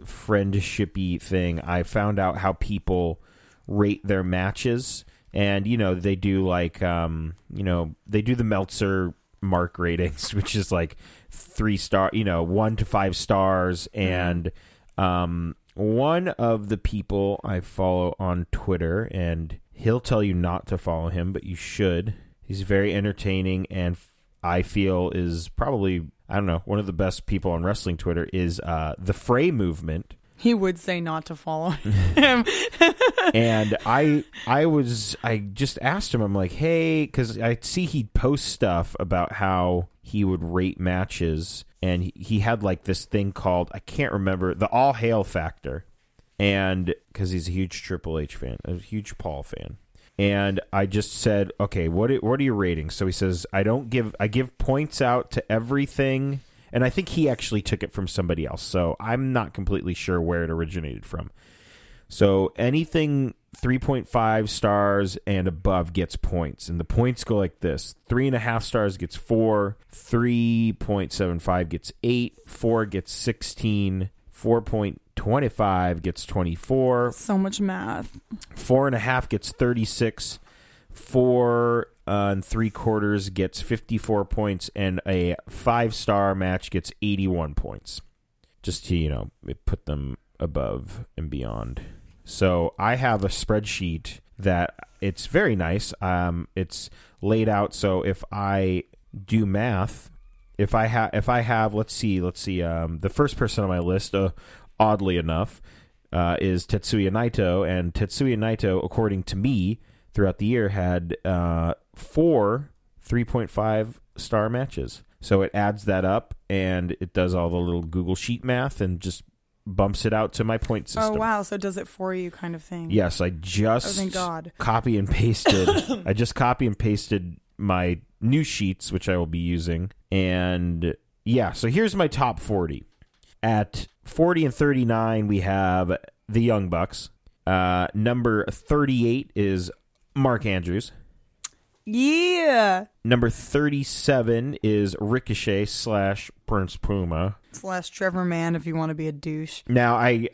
friendshipy thing, I found out how people rate their matches, and you know they do like um you know they do the Meltzer mark ratings, which is like three star, you know one to five stars, and um one of the people I follow on Twitter, and he'll tell you not to follow him, but you should. He's very entertaining and f- I feel is probably I don't know one of the best people on wrestling Twitter is uh, the Fray movement, He would say not to follow him. and I I was I just asked him I'm like hey because I see he'd post stuff about how he would rate matches and he, he had like this thing called I can't remember the all hail factor and because he's a huge Triple H fan a huge Paul fan and I just said okay what are- what are your ratings so he says I don't give I give points out to everything and I think he actually took it from somebody else so I'm not completely sure where it originated from so anything 3.5 stars and above gets points. And the points go like this three and a half stars gets four, 3.75 gets eight, four gets 16, 4.25 gets 24, so much math. four and a half gets 36 four uh, and three quarters gets 54 points and a five star match gets 81 points just to you know it put them above and beyond so i have a spreadsheet that it's very nice um, it's laid out so if i do math if i have if i have let's see let's see um, the first person on my list uh, oddly enough uh, is Tetsuya Naito, and Tetsuya Naito, according to me, throughout the year had uh, four 3.5 star matches. So it adds that up, and it does all the little Google sheet math, and just bumps it out to my point system. Oh wow, so it does it for you kind of thing. Yes, I just Oh, thank God. copy and pasted. I just copy and pasted my new sheets, which I will be using. And yeah, so here's my top 40. At 40 and 39, we have the Young Bucks. Uh, number 38 is Mark Andrews. Yeah. Number 37 is Ricochet slash Prince Puma. Slash Trevor Mann if you want to be a douche. Now I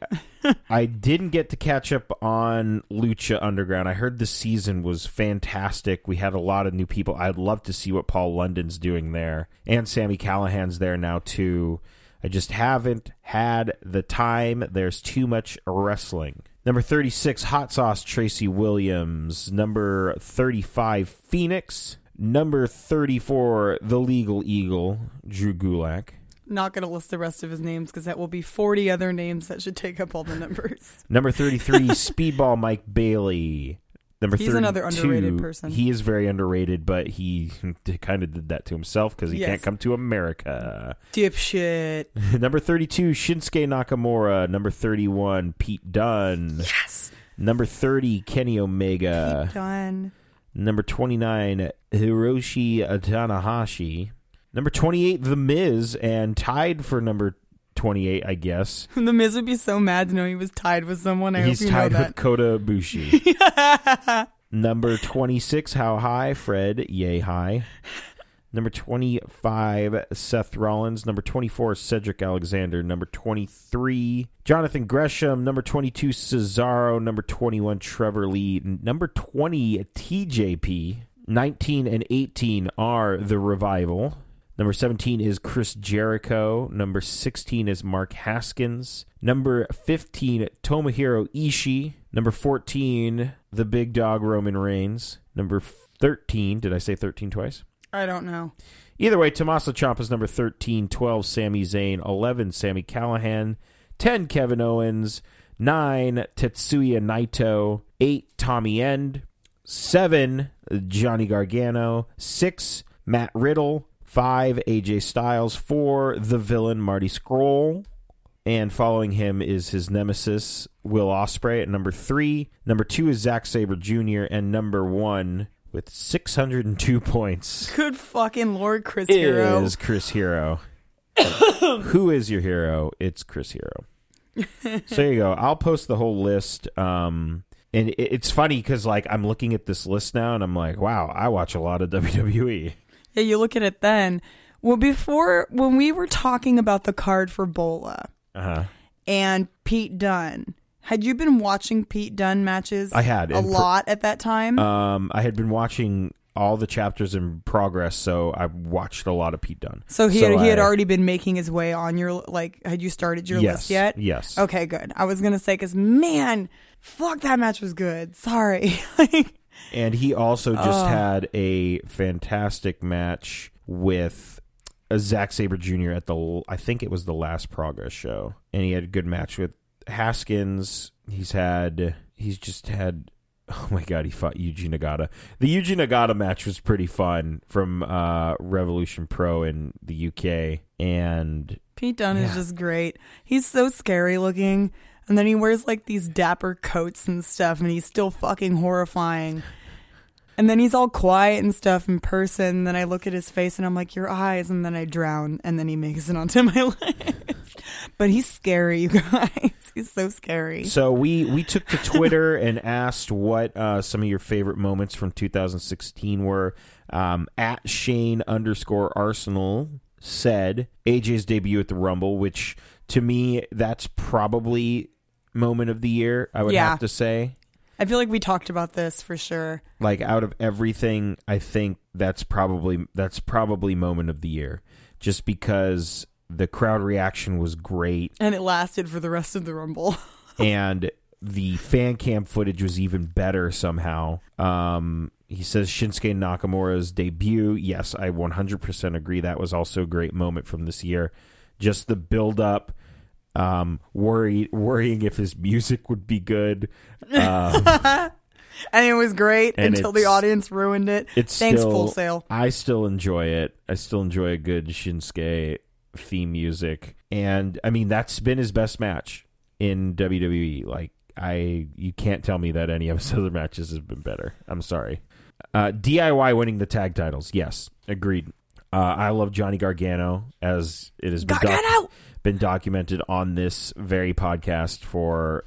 I didn't get to catch up on Lucha Underground. I heard the season was fantastic. We had a lot of new people. I'd love to see what Paul London's doing there. And Sammy Callahan's there now too. I just haven't had the time. There's too much wrestling. Number 36 Hot Sauce Tracy Williams. Number 35 Phoenix. Number 34 The Legal Eagle Drew Gulak. Not going to list the rest of his names because that will be 40 other names that should take up all the numbers. Number 33, Speedball Mike Bailey. Number He's another 32, underrated person. He is very underrated, but he kind of did that to himself because he Yes. can't come to America. Dipshit. Number 32, Shinsuke Nakamura. Number 31, Pete Dunne. Yes. Number 30, Kenny Omega. Done. Number 29, Hiroshi Tanahashi. Number 28, The Miz. And tied for number 28, I guess, The Miz would be so mad to know he was tied with someone. I he's hope you know tied that. with Kota Ibushi. Number 26, How High, Fred, Yay High. Number 25, Seth Rollins. Number 24, Cedric Alexander. Number 23, Jonathan Gresham. Number 22, Cesaro. Number 21, Trevor Lee. Number 20, TJP. 19 and 18 are The Revival. Number 17 is Chris Jericho. Number 16 is Mark Haskins. Number 15, Tomohiro Ishii. Number 14, the big dog Roman Reigns. Number 13, did I say 13 twice? I don't know. Either way, Tommaso Ciampa's number 13, 12, Sami Zayn, 11, Sammy Callahan, 10, Kevin Owens, 9, Tetsuya Naito, 8, Tommy End, 7, Johnny Gargano, 6, Matt Riddle, 5, AJ Styles, 4, the villain Marty Scroll, and following him is his nemesis Will Osprey at number three. Number two is Zack Saber Jr. and number one with 602 points Good fucking Lord, Chris Hero. is Chris Hero. Who is your hero? It's Chris Hero. so there you go. I'll post the whole list. Um, and it- it's funny because like I'm looking at this list now and I'm like, wow, I watch a lot of E. WWE. Yeah, you look at it then. Well, before when we were talking about the card for Bola Uh huh. and Pete Dunn, had you been watching Pete Dunn matches? I had, a and per- lot at that time. Um, I had been watching all the chapters in progress, so I watched a lot of Pete Dunne. so he had, he had I- already been making his way on your like. Had you started your yes, list yet? Yes. Okay, good. I was gonna say because man, fuck that match was good. Sorry, like And he also just had a fantastic match with uh, Zack Saber Jr. at the l- I think it was the last Progress show, and he had a good match with Haskins. He's had he's just had oh my god he fought Yuji Nagata. The Yuji Nagata match was pretty fun from uh, Revolution Pro in the UK, and Pete Dunne is Yeah. just great. He's so scary looking. And then he wears like these dapper coats and stuff, and he's still fucking horrifying. And then he's all quiet and stuff in person. Then I look at his face and I'm like, your eyes. And then I drown. And then he makes it onto my list. but he's scary, you guys. He's so scary. So we we took to Twitter and asked what uh, some of your favorite moments from 2016 were. Um, at Shane underscore Arsenal said AJ's debut at the Rumble, which to me that's probably moment of the year. I would Yeah. have to say, I feel like we talked about this for sure. like out of everything, I think that's probably that's probably moment of the year, just because the crowd reaction was great And it lasted for the rest of the Rumble. and the fan cam footage was even better somehow. Um, he says Shinsuke Nakamura's debut. Yes, I 100% agree. That was also a great moment from this year. Just the build up, um, worried, worrying if his music would be good. and it was great And until it's- the audience ruined it. It's Thanks, still, Full Sail. I still enjoy it. I still enjoy a good Shinsuke theme music, and I mean that's been his best match in WWE. Like I, you can't tell me that any of his other matches have been better. I'm sorry. Uh, DIY winning the tag titles. Yes, agreed. Uh, I love Johnny Gargano as it has been, doc- Gargano! been documented on this very podcast for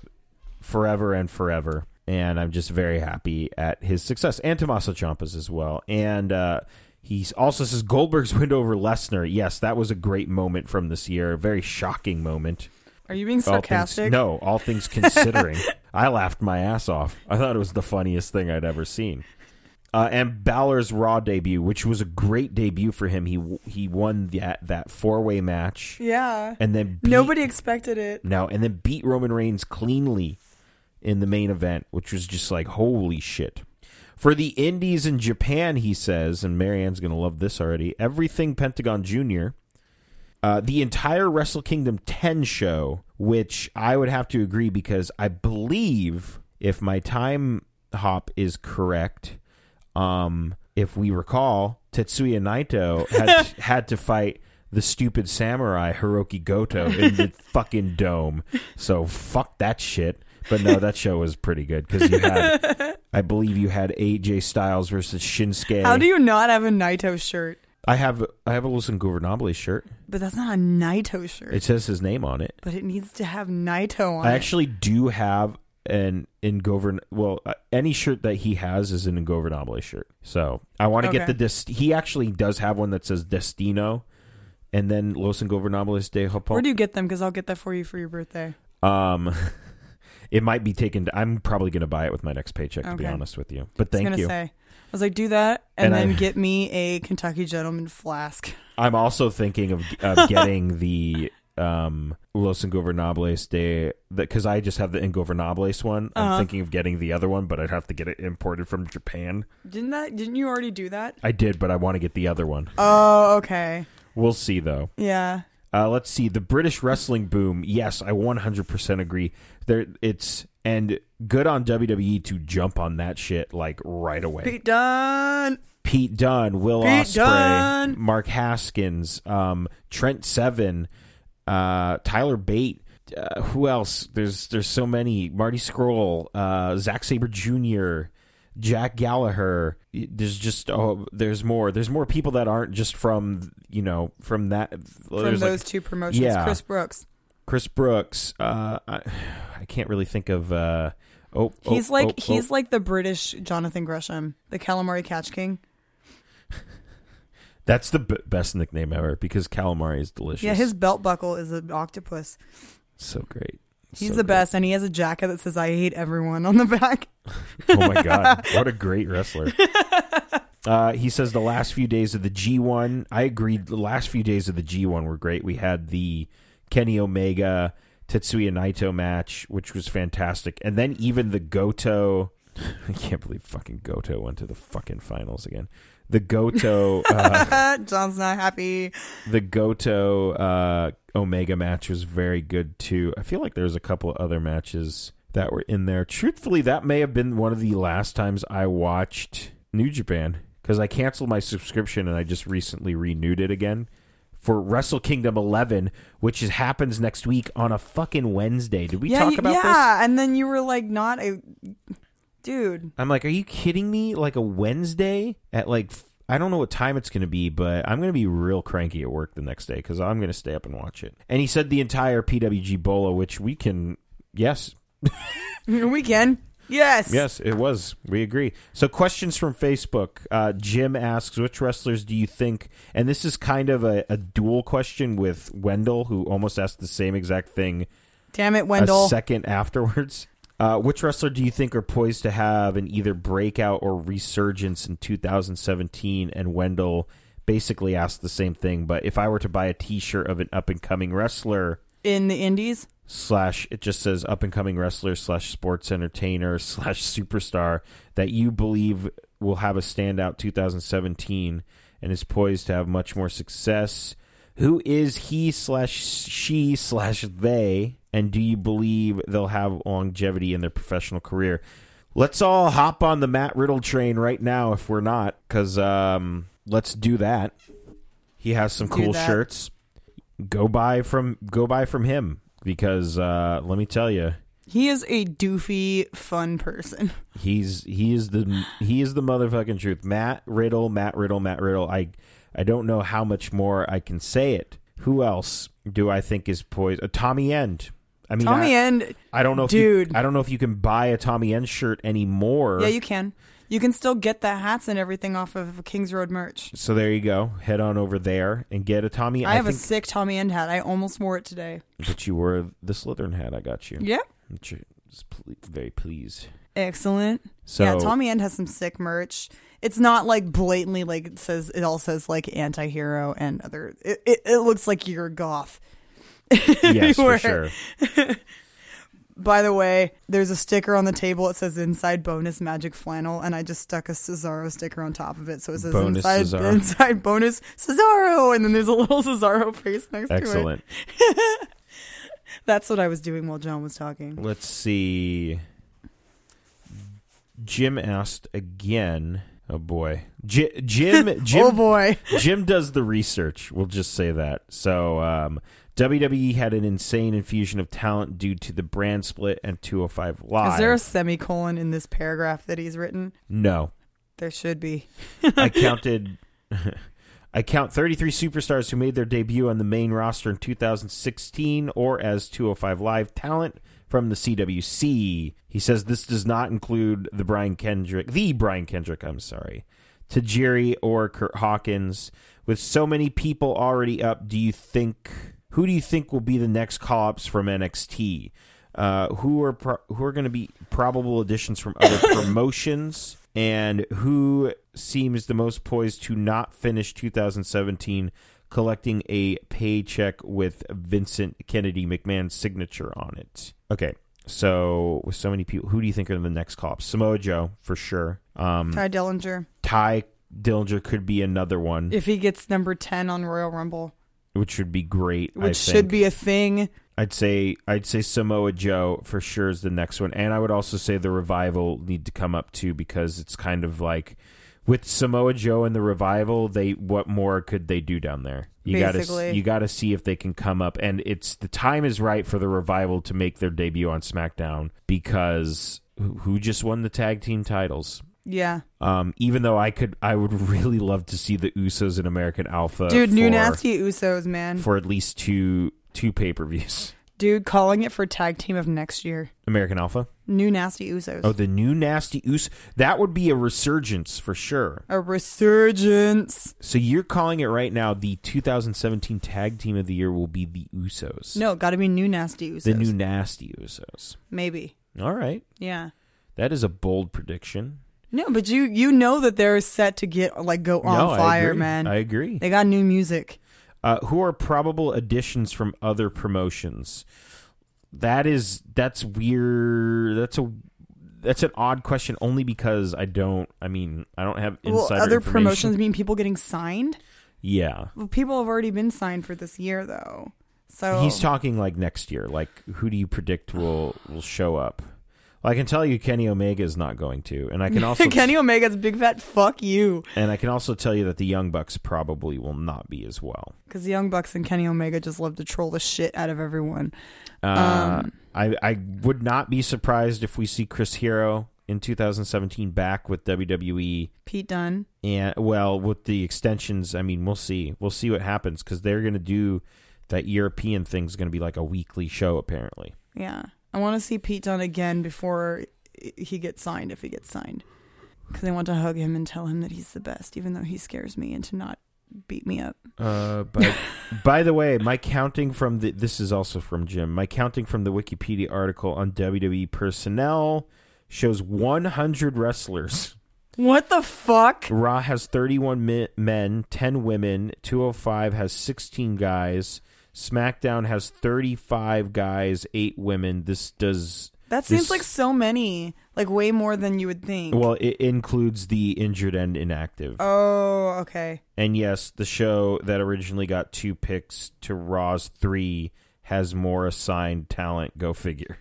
forever and forever. and I'm just very happy at his success and Tommaso Ciampa's as well. And uh, he also says Goldberg's win over Lesnar. Yes, that was a great moment from this year. A very shocking moment. Are you being All things- sarcastic? no, all things considering, I laughed my ass off. I thought it was the funniest thing I'd ever seen. Uh, and Balor's Raw debut, which was a great debut for him. He w- he won that that four way match, Yeah. and then beat, Nobody expected it. no, and then beat Roman Reigns cleanly in the main event, which was just like holy shit. For the Indies in Japan, he says, and Marianne's gonna love this already. Everything Pentagon Junior, uh, the entire Wrestle Kingdom 10 show, which I would have to agree because I believe if my time hop is correct, um, if we recall, Tetsuya Naito had had to fight the stupid samurai Hiroki Goto in the fucking dome. So fuck that shit. But no, that show was pretty good because you had, I believe you had AJ Styles versus Shinsuke. How do you not have a Naito shirt? I have I have a Wilson Gouvernables shirt. But that's not a Naito shirt. It says his name on it. but it needs to have Naito on I it. actually do have an Ingovern. Well, uh, any shirt that he has is an Ingovernable shirt. So I want to get Okay. the dis. He actually does have one that says Destino, and then Los Ingobernables de Where Japón. do you get them? Because I'll get that for you for your birthday. um, it might be taken. to- I'm probably going to buy it with my next paycheck. To be Okay. honest with you, but I thank was you. gonna say. I was like, do that, and, And I- then get me a Kentucky Gentleman flask. I'm also thinking of of getting the. Um, Los Ingobernables de because I just have the Ingobernables one. Uh-huh. I'm thinking of getting the other one, but I'd have to get it imported from Japan. Didn't that? Didn't you already do that? I did, but I want to get the other one. Oh, okay. We'll see, though. Yeah. Uh, let's see the British wrestling boom. Yes, I 100% agree. There, it's and good on WWE to jump on that shit like right away. Pete Dunn. Pete Dunn, Will Pete Ospreay, Dunn. Mark Haskins, um, Trent Seven, uh, Tyler Bate. Uh, who else? There's there's so many. Marty Scroll, uh, Zack Saber Jr., Jack Gallagher. There's just oh, there's more. There's more people that aren't just from you know from that. From there's, like, those two promotions, Yeah. Chris Brooks. Chris Brooks. Uh, I, I can't really think of. Uh, oh, oh, He's oh, like oh. he's like the British Jonathan Gresham, the calamari catch king. That's the b- best nickname ever because calamari is delicious. Yeah, his belt buckle is an octopus. so great. He's So the great. best, and he has a jacket that says "I hate everyone" on the back. Oh my god, what a great wrestler! Uh, he says the last few days of the G1. I agreed. The last few days of the G1 were great. We had the Kenny Omega Tetsuya Naito match, which was fantastic, and then even the Goto. I can't believe fucking Goto went to the fucking finals again. The Goto. Uh, John's not happy. the Goto uh, Omega match was very good too. I feel like there was a couple of other matches that were in there. Truthfully, that may have been one of the last times I watched New Japan because I canceled my subscription and I just recently renewed it again for Wrestle Kingdom 11, which is, happens next week on a fucking Wednesday. Did we yeah, talk you- about this? yeah. And then you were like, "Not a dude." I'm like, are you kidding me? Like a Wednesday at like f- I don't know what time it's going to be, but I'm going to be real cranky at work the next day because I'm going to stay up and watch it. And he said the entire PWG Bola, which we can, yes, We can. Yes. yes, it was. We agree. So questions from Facebook. Uh, Jim asks, which wrestlers do you think? And this is kind of a, a dual question with Wendell, who almost asked the same exact thing Damn it, Wendell. a second afterwards. Uh, which wrestler do you think are poised to have an either breakout or resurgence in 2017? And Wendell basically asked the same thing. But if I were to buy a T-shirt of an up and coming wrestler in the Indies. slash, it just says up and coming wrestler slash sports entertainer slash superstar that you believe will have a standout 2017 and is poised to have much more success. Who is he slash she slash they? And do you believe they'll have longevity in their professional career? Let's all hop on the Matt Riddle train right now if we're not, because um, let's do that. He has some cool that. shirts. Go buy from go buy from him because uh, let me tell you, He is a doofy, fun person. He's he is the he is the motherfucking truth. Matt Riddle, Matt Riddle, Matt Riddle. I I don't know how much more I can say it. Who else do I think is poised? Uh, Tommy End. I mean, Tommy I, End. I don't know, if you- dude. I don't know if you can buy a Tommy End shirt anymore. Yeah, you can. You can still get the hats and everything off of Kings Road merch. so there you go. Head on over there and get a Tommy. I, have a think sick Tommy End hat. I almost wore it today. that you wore the Slytherin hat. I got you. Yeah. Which I was ple- very pleased. Excellent. So yeah, Tommy End has some sick merch. It's not like blatantly like it says it all says like anti-hero and other it, it, it looks like you're a goth. yes, for everywhere. sure. By the way, there's a sticker on the table that says inside bonus magic flannel and I just stuck a Cesaro sticker on top of it so it says Bonus inside Cesaro. inside bonus Cesaro and then there's a little Cesaro face next to it. Excellent. That's what I was doing while John was talking. Let's see. Jim asked again. Oh boy, J- Jim. Jim. Oh boy. Jim does the research. We'll just say that. So um, WWE had an insane infusion of talent due to the brand split and 205 Live. Is there a semicolon in this paragraph that he's written? no, There should be. I counted. I count 33 superstars who made their debut on the main roster in 2016 or as 205 Live talent from the CWC. He says this does not include the Brian Kendrick, the Brian Kendrick, I'm sorry, Tajiri or Kurt Hawkins. With so many people already up, do you think who do you think will be the next call ups from NXT? Uh, who are pro- who are going to be probable additions from other promotions? And who seems the most poised to not finish 2017 collecting a paycheck with Vincent Kennedy McMahon's signature on it? Okay, so with so many people, who do you think are the next call ups? Samoa Joe for sure. Um, Ty Dillinger. Ty Dillinger could be another one, If he gets number 10 on Royal Rumble, which would be great. I which think. should be a thing. I'd say I'd say Samoa Joe for sure is the next one, and I would also say the revival need to come up too because it's kind of like with Samoa Joe and the revival, they what more could they do down there? You Basically. gotta you gotta see if they can come up, and it's the time is right for the revival to make their debut on SmackDown because who, who just won the tag team titles? Yeah. Um, even though I could, I would really love to see the Usos in American Alpha, Dude, for, new nasty Usos, man. for at least two two pay per views. Dude, calling it for tag team of next year. American Alpha. New nasty Usos. Oh, the new nasty Us. That would be a resurgence for sure. A resurgence. So you're calling it right now. The 2017 Tag Team of the Year will be the Usos. No, got to be new nasty Usos. the new nasty Usos. Maybe. All right, Yeah. that is a bold prediction. No, but you you know that they're set to get like go on no, I fire, agree. man. I agree. They got new music. Uh, who are probable additions from other promotions? That is that's weird. That's a that's an odd question only because I don't. I mean, I don't have insider well, other information. promotions mean people getting signed. Yeah, Well, people have already been signed for this year though. So He's talking like next year. Like, who do you predict will will show up? Well, I can tell you Kenny Omega is not going to, and I can also Kenny Omega's big fat fuck you. and I can also tell you that the Young Bucks probably will not be as well. Because the Young Bucks and Kenny Omega just love to troll the shit out of everyone. Uh, I I would not be surprised if we see Chris Hero in 2017 back with WWE. Pete Dunne. And well, with the extensions, I mean, we'll see. We'll see what happens because they're going to do that European thing's going to be like a weekly show apparently. Yeah. I want to see Pete Dunne again before i- he gets signed, if he gets signed. Because I want to hug him and tell him that he's the best, even though he scares me, and to not beat me up. Uh, but by the way, my counting from the this is also from Jim. My counting from the Wikipedia article on WWE personnel shows 100 wrestlers. What the fuck? Raw has 31 mi- men, 10 women. 205 has 16 guys. SmackDown has 35 guys, 8 women. This does That this- seems like so many. Like way more than you would think. well, it includes the injured and inactive. oh, okay. And yes, the show that originally got two picks to Raw's three has more assigned talent. Go figure.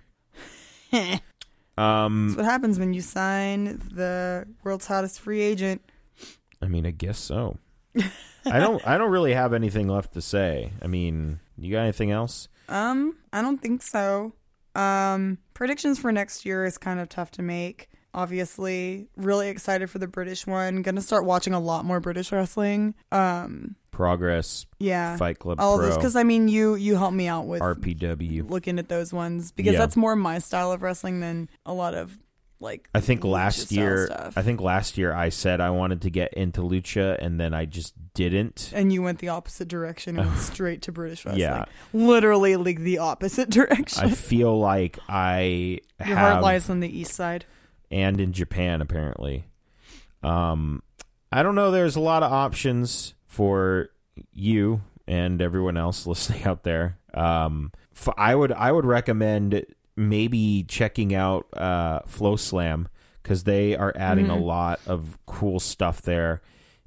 Um, That's what happens when you sign the world's hottest free agent. I mean, I guess so. I don't. I don't really have anything left to say. I mean, you got anything else? Um, I don't think so. Um, predictions for next year is kind of tough to make. Obviously, really excited for the British one. Gonna start watching a lot more British wrestling. Um, Progress, yeah, Fight Club all Pro, of those. Because I mean, you you helped me out with RPW. looking at those ones because Yeah. that's more my style of wrestling than a lot of like. I think lucha last style year, stuff. I think last year I said I wanted to get into lucha, and then I just didn't. and you went the opposite direction and went straight to British wrestling. Yeah. literally like the opposite direction. I feel like I Your have heart lies on the east side. and in Japan apparently. Um, I don't know. There's a lot of options for you and everyone else listening out there. Um, f- I would I would recommend maybe checking out uh, Flow Slam because they are adding Mm-hmm. a lot of cool stuff there.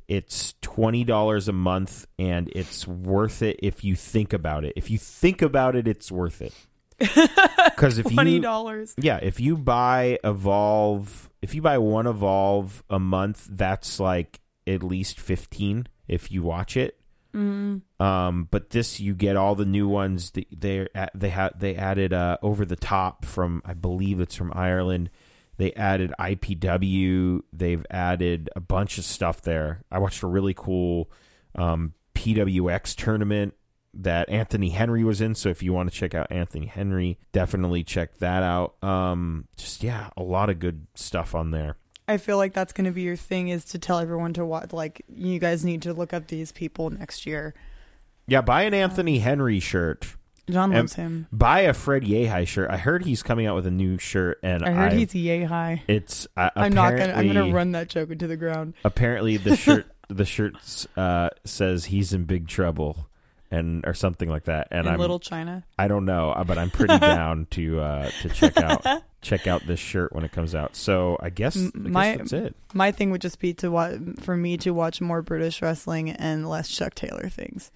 It's twenty dollars a month, and it's worth it if you think about it. If you think about it, it's worth it. Because if Twenty you dollars. yeah, if you buy Evolve, if you buy one Evolve a month, that's like at least 15 if you watch it. Um, but this you get all the new ones that they they had they added uh, over the top from I believe it's from Ireland. They added IPW. They've added a bunch of stuff there. I watched a really cool um, PWX tournament that Anthony Henry was in. So if you want to check out Anthony Henry, definitely check that out. Um, just yeah, a lot of good stuff on there. I feel like that's going to be your thing is to tell everyone to watch. Like you guys need to look up these people next year. Yeah, buy an Anthony Henry shirt. John And loves him. Buy a Fred Yehi shirt. I heard he's coming out with a new shirt, and I heard he's yay high. It's uh, I'm not gonna. I'm gonna apparently- run that joke into the ground. Apparently, the shirt the shirt uh, says he's in big trouble, and or something like that. And in I'm Little China. I don't know, uh, but I'm pretty down to uh, to check out check out this shirt when it comes out. So I guess, I M- guess my- that's it. My thing would just be to watch for me to watch more British wrestling and less Chuck Taylor things,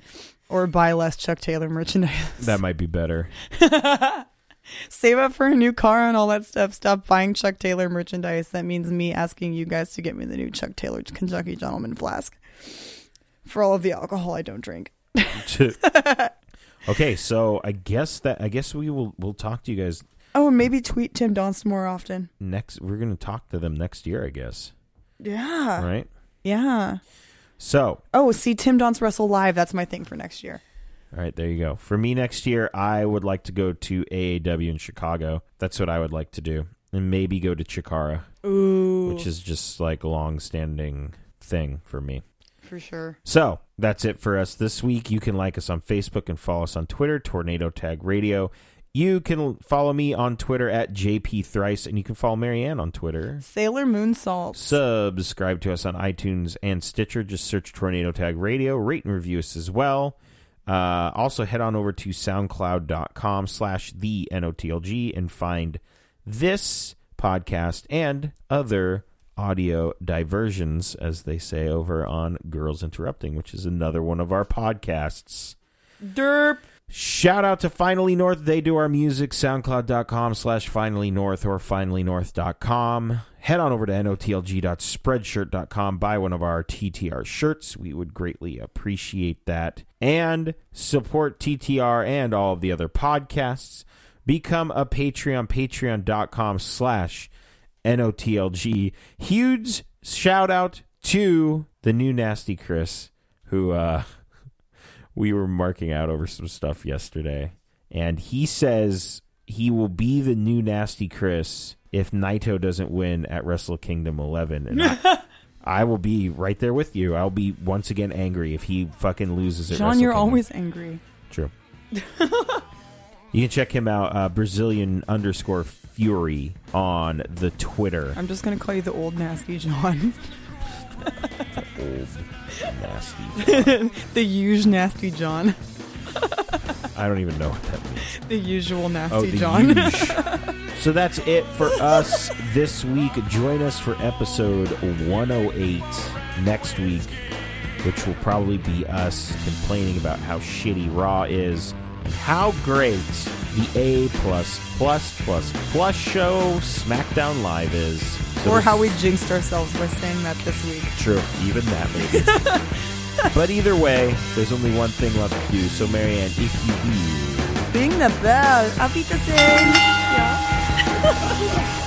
or buy less Chuck Taylor merchandise. That might be better. Save up for a new car and all that stuff. Stop buying Chuck Taylor merchandise. That means me asking you guys to get me the new Chuck Taylor Kentucky Gentleman flask for all of the alcohol I don't drink. okay, so I guess that I guess we will we'll talk to you guys Oh, and maybe tweet Tim Donst more often. next. We're gonna talk to them next year, I guess. Yeah. Right. Yeah. So Oh, see Tim Donst wrestle live. That's my thing for next year. All right, there you go. For me next year, I would like to go to AAW in Chicago. That's what I would like to do. And maybe go to Chikara, Ooh. which is just like a long standing thing for me. for sure. So that's it for us this week. You can like us on Facebook and follow us on Twitter, Tornado Tag Radio. You can follow me on Twitter at JP Thrice, and you can follow Marianne on Twitter. Sailor Moon Salt. Subscribe to us on iTunes and Stitcher. Just search Tornado Tag Radio. Rate and review us as well. Uh, also, head on over to soundcloud.com slash the NOTLG and find this podcast and other audio diversions, as they say over on Girls Interrupting, which is another one of our podcasts. Derp. Shout out to Finally North. They do our music, soundcloud.com slash finally north or finallynorth.com. Head on over to notlg.spreadshirt.com. Buy one of our TTR shirts. We would greatly appreciate that. And support TTR and all of the other podcasts. Become a Patreon, patreon.com slash NOTLG. Huge shout out to the new Nasty Chris, who, uh, we were marking out over some stuff yesterday, and he says he will be the new Nasty Chris if Naito doesn't win at Wrestle Kingdom 11. And I, I will be right there with you. I'll be once again angry if he fucking loses at John, Wrestle you're Kingdom. always angry. True. you can check him out, uh, Brazilian underscore Fury on the Twitter. I'm just gonna call you the old nasty John. Old nasty. the huge nasty John. I don't even know what that means. The usual nasty Oh, the John. huge. so that's it for us this week. Join us for episode 108 next week, which will probably be us complaining about how shitty Raw is and how great the A plus plus plus plus show SmackDown Live is. So or this- how we jinxed ourselves by saying that this week. True. Even that, maybe. but either way, there's only one thing left to do. So, Marianne, if you will. Being the best. Auf Wiedersehen. Yeah.